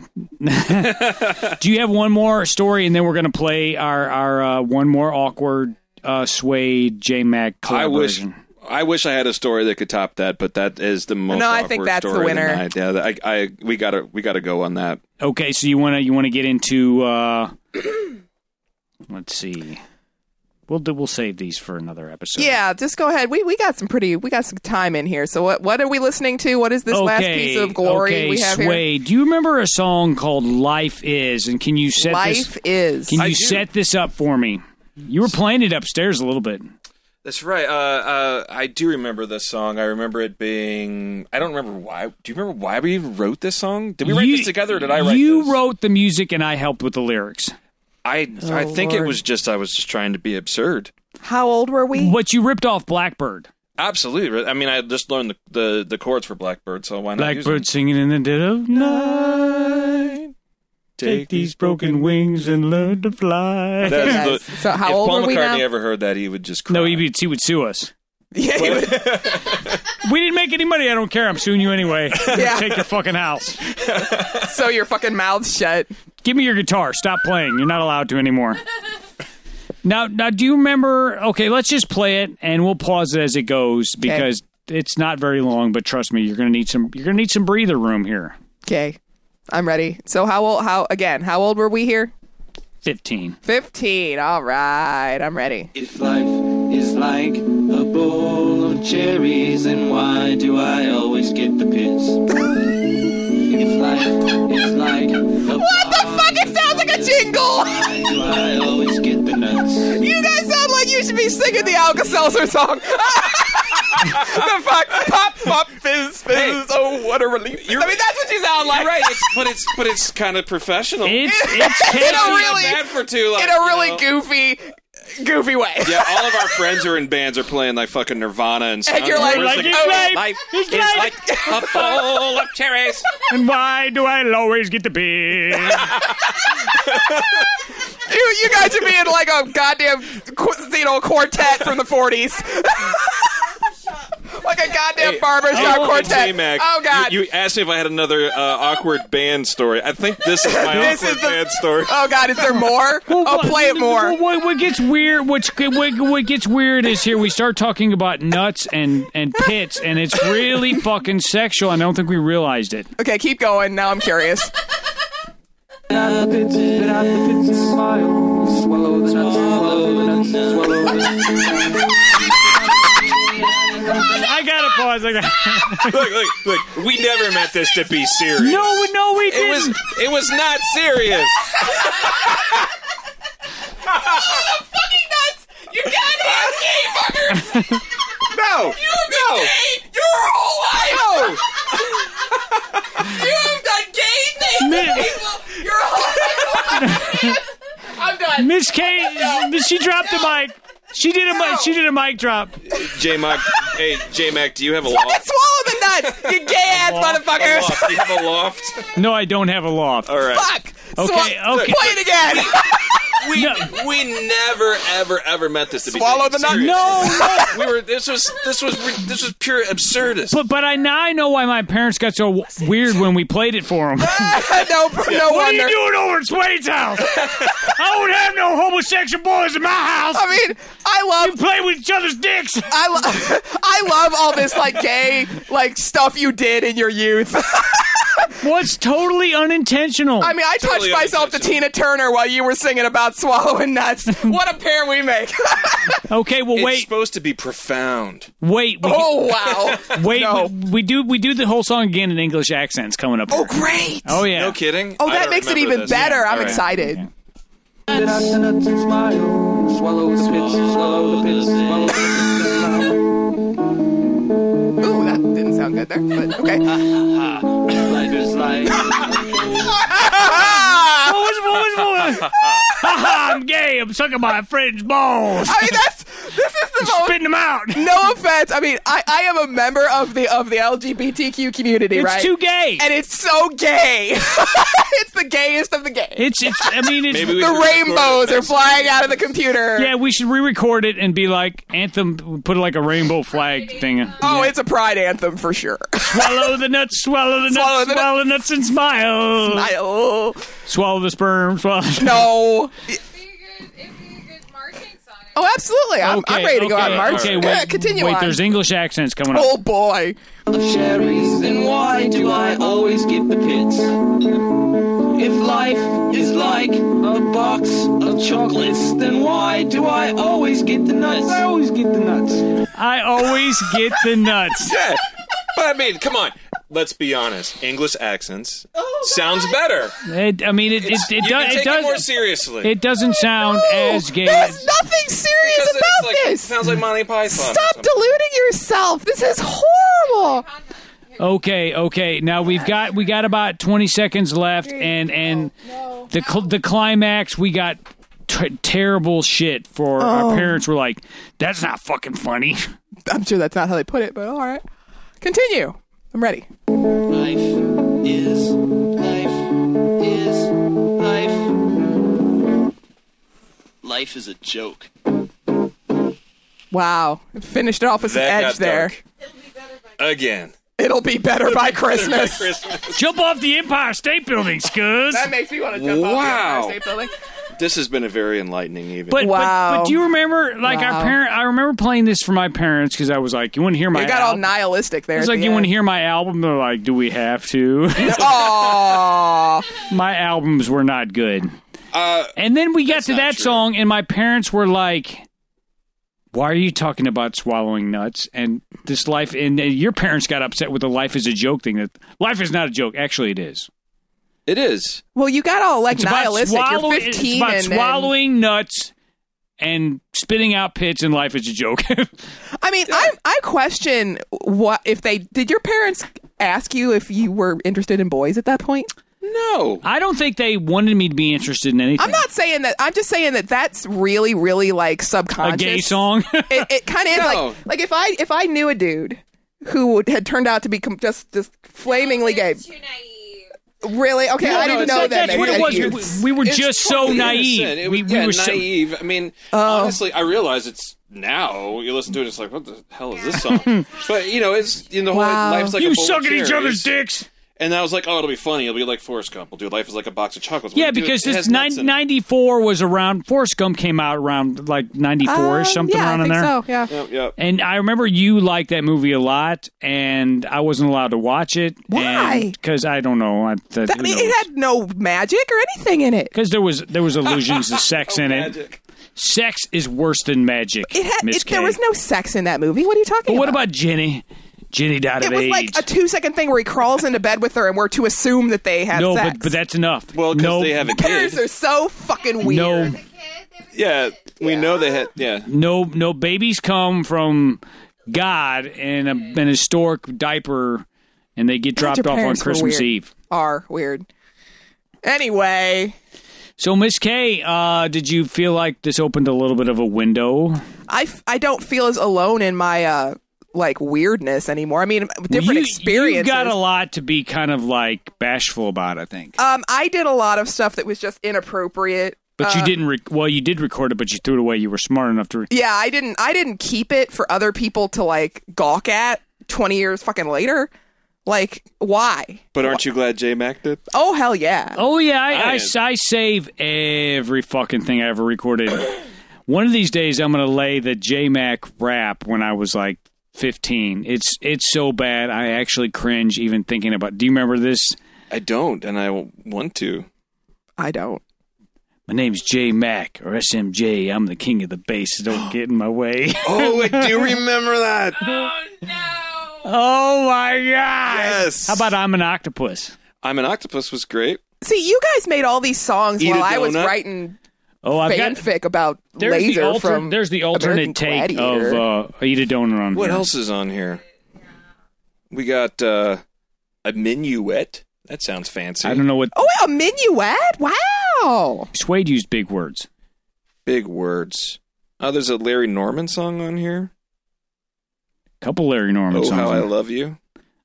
Speaker 2: Do you have one more story, and then we're going to play our our uh, one more awkward uh, suede J Mac
Speaker 4: I wish.
Speaker 2: collaboration?
Speaker 4: I wish I had a story that could top that, but that is the most.
Speaker 1: No, I
Speaker 4: awkward
Speaker 1: think that's the
Speaker 4: story of
Speaker 1: winner.
Speaker 4: night. Yeah, I, I, we gotta, we gotta go on that.
Speaker 2: Okay, so you want to you want to get into? Uh, let's see. We'll do, we'll save these for another episode.
Speaker 1: Yeah, just go ahead. We we got some pretty we got some time in here. So what what are we listening to? What is this
Speaker 2: okay,
Speaker 1: last piece of glory
Speaker 2: okay,
Speaker 1: we have here?
Speaker 2: Sway, do you remember a song called "Life Is"? And can you set
Speaker 1: Life
Speaker 2: this?
Speaker 1: is.
Speaker 2: Can
Speaker 4: I
Speaker 2: you
Speaker 4: do.
Speaker 2: set this up for me? You were playing it upstairs a little bit.
Speaker 4: That's right. Uh, uh, I do remember this song. I remember it being. I don't remember why. Do you remember why we even wrote this song? Did we write
Speaker 2: You-
Speaker 4: this together? or Did I write?
Speaker 2: You
Speaker 4: this?
Speaker 2: wrote the music, and I helped with the lyrics.
Speaker 4: I, I think it
Speaker 1: Oh, Lord.
Speaker 4: was just I was just trying to be absurd.
Speaker 1: How old were we?
Speaker 2: But you ripped off Blackbird.
Speaker 4: Absolutely. I mean, I just learned the the, the chords for Blackbird, so why not? use them?
Speaker 2: Blackbird singing in the dead of night. Take these broken wings and learn to fly.
Speaker 4: That's
Speaker 1: Yes.
Speaker 4: the-
Speaker 1: So how
Speaker 4: if
Speaker 1: old
Speaker 4: Paul
Speaker 1: were
Speaker 4: McCartney
Speaker 1: we now?
Speaker 4: ever heard that, he would just cry.
Speaker 2: no, he would, he would sue us.
Speaker 1: yeah, you would-
Speaker 2: We didn't make any money. I don't care. I'm suing you anyway.
Speaker 1: Yeah.
Speaker 2: Take your fucking house.
Speaker 1: so your fucking mouth shut.
Speaker 2: Give me your guitar. Stop playing. You're not allowed to anymore. Now, now, do you remember? Okay, let's just play it, and we'll pause it as it goes because it's not very long. But trust me, you're gonna need some. You're gonna need some breather room here.
Speaker 1: Okay, I'm ready. So how old? How again? How old were we here?
Speaker 2: Fifteen.
Speaker 1: Fifteen. All right, I'm ready.
Speaker 8: If life is like a bowl of cherries, then why do I always get the piss? if life is like a
Speaker 1: What the fuck? It sounds like a jingle.
Speaker 8: why do I always get the nuts?
Speaker 1: You guys sound like you should be singing the Alka Seltzer song. the fuck, pop, pop, fizz, fizz. oh, what a relief! I mean, that's what you sound like,
Speaker 4: You're right, it's, but it's but it's kind of professional.
Speaker 2: It's it's
Speaker 1: In a
Speaker 2: Casey.
Speaker 1: really,
Speaker 4: bad for two, like,
Speaker 1: in a
Speaker 4: you
Speaker 1: really
Speaker 4: know.
Speaker 1: goofy, goofy way.
Speaker 4: Yeah, all of our friends who are in bands are playing like fucking Nirvana and stuff.
Speaker 1: And you're like, oh,
Speaker 4: Where's
Speaker 2: like,
Speaker 4: the-
Speaker 2: it's life,
Speaker 4: life
Speaker 2: it's
Speaker 4: is like a bowl of cherries.
Speaker 2: And why do I always get the big?
Speaker 1: You, you guys should be in like a goddamn, qu- you know, quartet from the '40s. like a goddamn barbershop
Speaker 4: Hey,
Speaker 1: quartet.
Speaker 4: J-Mac,
Speaker 1: oh god.
Speaker 4: You, you asked me if I had another uh, awkward band story. I think this is my
Speaker 1: This
Speaker 4: awkward
Speaker 1: is the-
Speaker 4: band story.
Speaker 1: Oh god, is there more? oh,
Speaker 2: what-
Speaker 1: play it more.
Speaker 2: What, what, what gets weird? What, what, what gets weird is here we start talking about nuts and and pits, and it's really fucking sexual. And I don't think we realized it.
Speaker 1: Okay, keep going. Now I'm curious.
Speaker 8: Out the pits, spit out the pits and smile. Swallow the nuts, swallow the nuts, swallow the nuts.
Speaker 2: I gotta pause. I gotta.
Speaker 4: look, look, look. We never meant this to be serious.
Speaker 2: No, no, we
Speaker 4: It
Speaker 2: didn't.
Speaker 4: was it was not serious.
Speaker 1: fucking nuts! You goddamn gay fuckers!
Speaker 4: No, no.
Speaker 1: Your whole life! You've done gay things to
Speaker 2: Mi-
Speaker 1: people your whole life! I'm done.
Speaker 2: Miss Kate, she dropped the mic. She did a mic. She did a mic drop.
Speaker 4: J Mac, hey J Mac, do you have a loft?
Speaker 1: swallow the nuts, you gay ass
Speaker 4: A
Speaker 1: motherfuckers!
Speaker 4: loft? Do you have a loft?
Speaker 2: No, I don't have a loft.
Speaker 4: All right.
Speaker 1: Fuck!
Speaker 2: Okay,
Speaker 1: Swall-
Speaker 2: okay.
Speaker 1: Play it again!
Speaker 4: We,
Speaker 2: No.
Speaker 4: we never ever ever meant this to be
Speaker 1: Swallow the
Speaker 4: taken
Speaker 1: nut.
Speaker 4: serious.
Speaker 2: No, no.
Speaker 4: We were this was this was re- this was pure absurdist.
Speaker 2: But but I now I know why my parents got so w- weird when we played it for them.
Speaker 1: no no
Speaker 2: What are you
Speaker 1: wonder.
Speaker 2: doing over at Swade's house? I don't have no homosexual boys in my house.
Speaker 1: I mean, I love
Speaker 2: play with each other's dicks.
Speaker 1: I, lo- I love all this like gay like stuff you did in your youth.
Speaker 2: What's totally unintentional?
Speaker 1: I mean, I
Speaker 4: Totally
Speaker 1: touched myself to Tina
Speaker 4: unintentional.
Speaker 1: Turner while you were singing about swallowing nuts. what a pair we make!
Speaker 2: okay, well,
Speaker 4: it's
Speaker 2: wait,
Speaker 4: supposed to be profound.
Speaker 2: wait, we,
Speaker 1: oh wow!
Speaker 2: wait.
Speaker 1: no.
Speaker 2: We, we do we do the whole song again in English accents coming up.
Speaker 1: Oh
Speaker 2: here.
Speaker 1: great!
Speaker 2: Oh yeah.
Speaker 4: No kidding.
Speaker 1: Oh,
Speaker 4: I
Speaker 1: that
Speaker 4: don't
Speaker 1: makes it
Speaker 4: remember
Speaker 1: even
Speaker 4: this.
Speaker 1: better.
Speaker 4: Yeah,
Speaker 1: I'm
Speaker 4: all right.
Speaker 1: excited.
Speaker 8: Spit out the nuts and smile. Swallow the pits, swallow the pits, swallow the pits and smile.
Speaker 1: Ooh, that didn't sound good there, but okay.
Speaker 8: Life is like
Speaker 2: What was what was what? was- Haha, I'm gay. I'm sucking my friend's balls.
Speaker 1: I mean, that's This is the most.
Speaker 2: spitting them out.
Speaker 1: No offense. I mean, I, I am a member of the of the LGBTQ community,
Speaker 2: It's
Speaker 1: right?
Speaker 2: too gay.
Speaker 1: and it's so gay. it's the gayest of the gay.
Speaker 2: It's it's. I mean, it's,
Speaker 4: Maybe we
Speaker 1: the
Speaker 4: should record
Speaker 1: rainbows
Speaker 4: it.
Speaker 1: are flying out of the computer.
Speaker 2: yeah. We should re-record it and be like anthem. Put like a rainbow flag thing.
Speaker 1: Oh, it's a pride anthem for sure.
Speaker 2: Swallow the nuts, swallow the nuts,
Speaker 1: Swallow
Speaker 2: swallow
Speaker 1: the
Speaker 2: the, nuts, and smile.
Speaker 1: I, oh,
Speaker 2: Swallow the sperm. Swallow.
Speaker 1: no.
Speaker 5: It'd be a good, it'd be a good marching song.
Speaker 1: Oh, absolutely. I'm, I'm ready to go out and march.
Speaker 2: Okay, wait,
Speaker 1: Continue
Speaker 2: wait,
Speaker 1: on.
Speaker 2: there's English accents coming up.
Speaker 1: oh boy.
Speaker 8: of cherries, then why do I always get the pits? If life is like a box of chocolates, then why do I always get the nuts? I always get the nuts.
Speaker 2: I always get the nuts.
Speaker 9: Yeah. But I mean, come on. Let's be honest. English accents
Speaker 1: Oh,
Speaker 9: sounds better.
Speaker 2: It, I mean, it it, it,
Speaker 9: you
Speaker 2: do,
Speaker 9: can take
Speaker 2: it
Speaker 9: it, more
Speaker 2: does.
Speaker 9: seriously.
Speaker 2: It doesn't sound as gay.
Speaker 1: There's nothing serious
Speaker 9: Because it's
Speaker 1: about
Speaker 9: like-
Speaker 1: this.
Speaker 9: Sounds like Monty Python. or
Speaker 1: Stop
Speaker 9: something.
Speaker 1: deluding yourself. This is horrible.
Speaker 2: Okay, okay. Now we've got we got about 20 seconds left, and and the cl- the climax we got. T- terrible shit for
Speaker 1: Oh.
Speaker 2: our parents were like that's not fucking funny
Speaker 1: I'm sure that's not how they put it, but all right. Continue. I'm ready.
Speaker 8: Life is life is life. Life is a joke.
Speaker 1: Wow. Finished it off with some
Speaker 9: That
Speaker 1: edge
Speaker 9: got
Speaker 1: there.
Speaker 9: dark. Again.
Speaker 1: It'll be better by Christmas.
Speaker 2: jump off the empire state building scuzz
Speaker 1: That makes me want to jump off
Speaker 4: Wow.
Speaker 1: the Empire State Building.
Speaker 4: This has been a very enlightening evening.
Speaker 2: But,
Speaker 1: Wow.
Speaker 2: but but do you remember like
Speaker 1: Wow.
Speaker 2: our parent? I remember playing this for my parents because I was like, "You want to hear my?"
Speaker 1: It got all
Speaker 2: album?
Speaker 1: nihilistic there.
Speaker 2: It's
Speaker 1: at
Speaker 2: like
Speaker 1: the
Speaker 2: you want to
Speaker 1: end.
Speaker 2: hear my album. They're like, "Do we have to?"
Speaker 1: Aw.
Speaker 2: my albums were not good. and then we got to that song, and my parents were like, "Why are you talking about swallowing nuts?" And this life, and and your parents got upset with the "life is a joke" thing. That life is not a joke. Actually, it is.
Speaker 4: it is.
Speaker 1: Well, you got all like
Speaker 2: It's about
Speaker 1: nihilistic. You're
Speaker 2: swallowing-
Speaker 1: 15
Speaker 2: It's about
Speaker 1: and, and-
Speaker 2: swallowing nuts and spitting out pits, and life is a joke.
Speaker 1: I mean, I I question what if they did your parents ask you if you were interested in boys at that point?
Speaker 4: No.
Speaker 2: I don't think they wanted me to be interested in anything.
Speaker 1: I'm not saying that. I'm just saying that that's really, really like
Speaker 2: a
Speaker 1: subconscious.
Speaker 2: gay song.
Speaker 1: It, it kind of is
Speaker 4: No.
Speaker 1: like like if I if I knew a dude who would, had turned out to be com- just just flamingly gay.
Speaker 5: Too naive.
Speaker 1: Really? Okay,
Speaker 4: no,
Speaker 1: I didn't
Speaker 4: it's
Speaker 1: know
Speaker 4: not-
Speaker 1: that.
Speaker 2: That's what it
Speaker 1: many
Speaker 2: was.
Speaker 1: youths.
Speaker 2: We, we were
Speaker 4: It's
Speaker 2: just so
Speaker 4: totally
Speaker 2: naive.
Speaker 4: innocent. It was-
Speaker 2: we, we
Speaker 4: yeah,
Speaker 2: were Oh.
Speaker 4: naive. I mean, honestly, I realize it's now you listen to it, it's like, what the hell is this song? but you know, it's in the whole
Speaker 1: Wow.
Speaker 4: life's
Speaker 2: so.
Speaker 4: like a
Speaker 2: You
Speaker 4: bowl of
Speaker 2: suck at each
Speaker 4: cherries.
Speaker 2: other's dicks.
Speaker 4: And I was like, oh, it'll be funny. It'll be like Forrest Gump. We'll do life is like a box of chocolates.
Speaker 2: Yeah,
Speaker 4: We'll do it.
Speaker 2: because
Speaker 4: It
Speaker 2: this
Speaker 4: has nuts
Speaker 2: nine,
Speaker 4: in it.
Speaker 2: 94 was around. Forrest Gump came out around like 94 or
Speaker 1: Um,
Speaker 2: something
Speaker 1: yeah,
Speaker 2: around
Speaker 1: I
Speaker 2: in
Speaker 1: think
Speaker 2: there.
Speaker 1: So, yeah.
Speaker 4: Yep, yep.
Speaker 2: And I remember you liked that movie a lot, and I wasn't allowed to watch it.
Speaker 1: Why?
Speaker 2: Because I don't know. I, that,
Speaker 1: I mean, it had no magic or anything in it.
Speaker 2: because there was there was allusions to sex
Speaker 4: Oh,
Speaker 2: in it. Sex is worse than magic.
Speaker 1: It had
Speaker 2: Miss
Speaker 1: it, there
Speaker 2: K.
Speaker 1: was no sex in that movie. What are you talking
Speaker 2: But what
Speaker 1: about?
Speaker 2: about Jenny? Jenny died
Speaker 1: it
Speaker 2: of
Speaker 1: was
Speaker 2: AIDS.
Speaker 1: like a two second thing where he crawls into bed with her and we're to assume that they had
Speaker 2: no,
Speaker 1: sex.
Speaker 2: but but that's enough.
Speaker 4: Well, because
Speaker 2: no,
Speaker 4: they have a
Speaker 1: parents
Speaker 4: kid.
Speaker 1: are so fucking weird.
Speaker 2: no,
Speaker 5: The kid, there was
Speaker 4: Yeah, we know they had. Yeah,
Speaker 2: no, no babies come from God in a, an historic diaper, and they get dropped
Speaker 1: your
Speaker 2: off on
Speaker 1: parents were
Speaker 2: Christmas
Speaker 1: weird.
Speaker 2: Eve.
Speaker 1: Are weird. Anyway,
Speaker 2: So, Miss K, uh, did you feel like this opened a little bit of a window?
Speaker 1: I, f- I don't feel as alone in my uh like weirdness anymore. I mean, different
Speaker 2: you,
Speaker 1: experiences.
Speaker 2: You've got a lot to be kind of like bashful about, I think.
Speaker 1: um, I did a lot of stuff that was just inappropriate.
Speaker 2: But you didn't. Rec- well, you did record it, but you threw it away. You were smart enough to. Re-
Speaker 1: Yeah, I didn't. I didn't keep it for other people to like gawk at twenty years fucking later. Like, why?
Speaker 4: but aren't you glad J Mac did?
Speaker 1: Oh hell yeah!
Speaker 2: oh yeah, I, I,
Speaker 4: I-
Speaker 2: I save every fucking thing I ever recorded. One of these days, I'm gonna lay the J Mac rap when I was like 15. It's it's so bad. I actually cringe even thinking about. Do you remember this?
Speaker 4: I don't, and I won't want to.
Speaker 1: I don't.
Speaker 2: My name's J Mac or SMJ. I'm the king of the bass. Don't get in my way.
Speaker 4: Oh, I do remember that.
Speaker 2: Oh my god!
Speaker 4: Yes.
Speaker 2: How about I'm an octopus?
Speaker 4: I'm an octopus was great.
Speaker 1: See, you guys made all these songs
Speaker 4: Eat a
Speaker 1: while I was
Speaker 4: donut.
Speaker 1: writing
Speaker 2: Oh, I've got.
Speaker 1: fanfic about
Speaker 2: There's
Speaker 1: laser
Speaker 2: the, alter-
Speaker 1: from.
Speaker 2: there's the alternate
Speaker 1: American
Speaker 2: take
Speaker 1: Gladiator.
Speaker 2: of uh, eat a donut on
Speaker 4: What
Speaker 2: here.
Speaker 4: else is on here? We got uh, a minuet. That sounds fancy.
Speaker 2: I don't know what
Speaker 1: oh, a minuet! Wow.
Speaker 2: Suede used big words.
Speaker 4: Big words. Oh, there's a Larry Norman song on here.
Speaker 2: Couple Larry Norman
Speaker 4: Oh,
Speaker 2: songs.
Speaker 4: how I love you.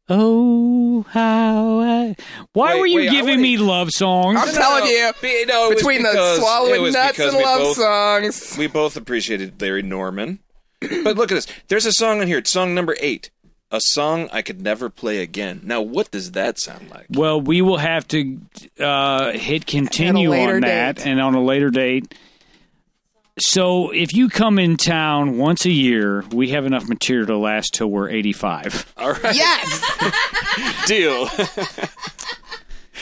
Speaker 2: oh, how I. Why
Speaker 4: Wait,
Speaker 2: were you
Speaker 4: wait, I
Speaker 2: giving
Speaker 4: wanna-
Speaker 2: me love songs?
Speaker 1: I'm telling you,
Speaker 4: Be- no, it was
Speaker 1: between the
Speaker 4: because- it
Speaker 1: swallowing
Speaker 4: was
Speaker 1: nuts
Speaker 4: because
Speaker 1: and
Speaker 4: we
Speaker 1: love
Speaker 4: both-
Speaker 1: songs.
Speaker 4: We both appreciated Larry Norman. But look at this. There's a song on here. It's song number eight. A song I could never play again. Now, what does that sound like?
Speaker 2: Well, we will have to uh, hit continue
Speaker 1: later
Speaker 2: on that
Speaker 1: date.
Speaker 2: and on a later date. So, if you come in town once a year, we have enough material to last till we're 85.
Speaker 4: All right,
Speaker 1: Yes,
Speaker 4: deal.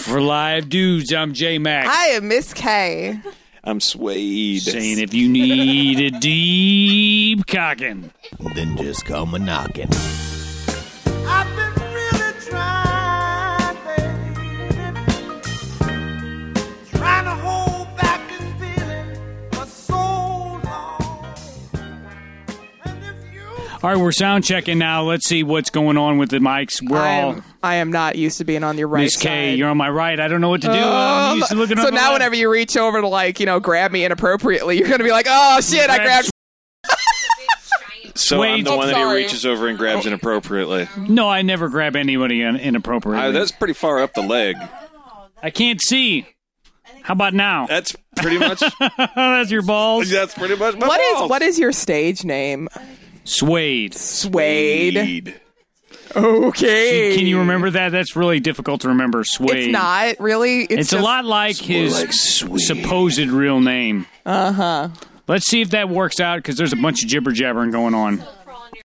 Speaker 2: For live dudes, I'm J Max.
Speaker 1: I am Miss K.
Speaker 4: I'm swayed.
Speaker 2: saying if you need a deep cocking.
Speaker 3: Then just come a knocking.
Speaker 8: I've been really trying, baby. Trying to hold back this feeling for so long. And if you.
Speaker 2: All right, we're sound checking now. Let's see what's going on with the mics. We're
Speaker 1: I
Speaker 2: all
Speaker 1: am, I am not used to being on your right
Speaker 2: Miss K.
Speaker 1: side.
Speaker 2: You're on my right. I don't know what to do. I'm
Speaker 1: Um,
Speaker 2: used to looking
Speaker 1: so
Speaker 2: on the
Speaker 1: now,
Speaker 2: left.
Speaker 1: whenever you reach over to like you know grab me inappropriately, you're gonna be like, "Oh shit, I
Speaker 2: Grab
Speaker 1: grabbed."
Speaker 4: So I'm
Speaker 2: Wait.
Speaker 4: the
Speaker 2: I'm
Speaker 4: one that he
Speaker 1: sorry.
Speaker 4: reaches over and grabs inappropriately.
Speaker 2: no, I never grab anybody in- inappropriately.
Speaker 4: Uh, that's pretty far up the leg.
Speaker 2: I can't see. How about now? Oh,
Speaker 4: That's pretty much.
Speaker 2: That's your balls.
Speaker 4: that's pretty much. My
Speaker 1: What is
Speaker 4: balls.
Speaker 1: what is your stage name?
Speaker 2: Suede.
Speaker 1: Suede.
Speaker 4: Weed.
Speaker 1: Okay.
Speaker 2: Can you remember that? That's really difficult to remember. Suede.
Speaker 1: It's not really. It's,
Speaker 2: It's a
Speaker 1: just-
Speaker 2: lot like his
Speaker 4: like suede.
Speaker 2: supposed
Speaker 1: Uh-huh.
Speaker 2: real name. Uh huh. Let's see if that works out because there's a bunch of jibber jabbering going on.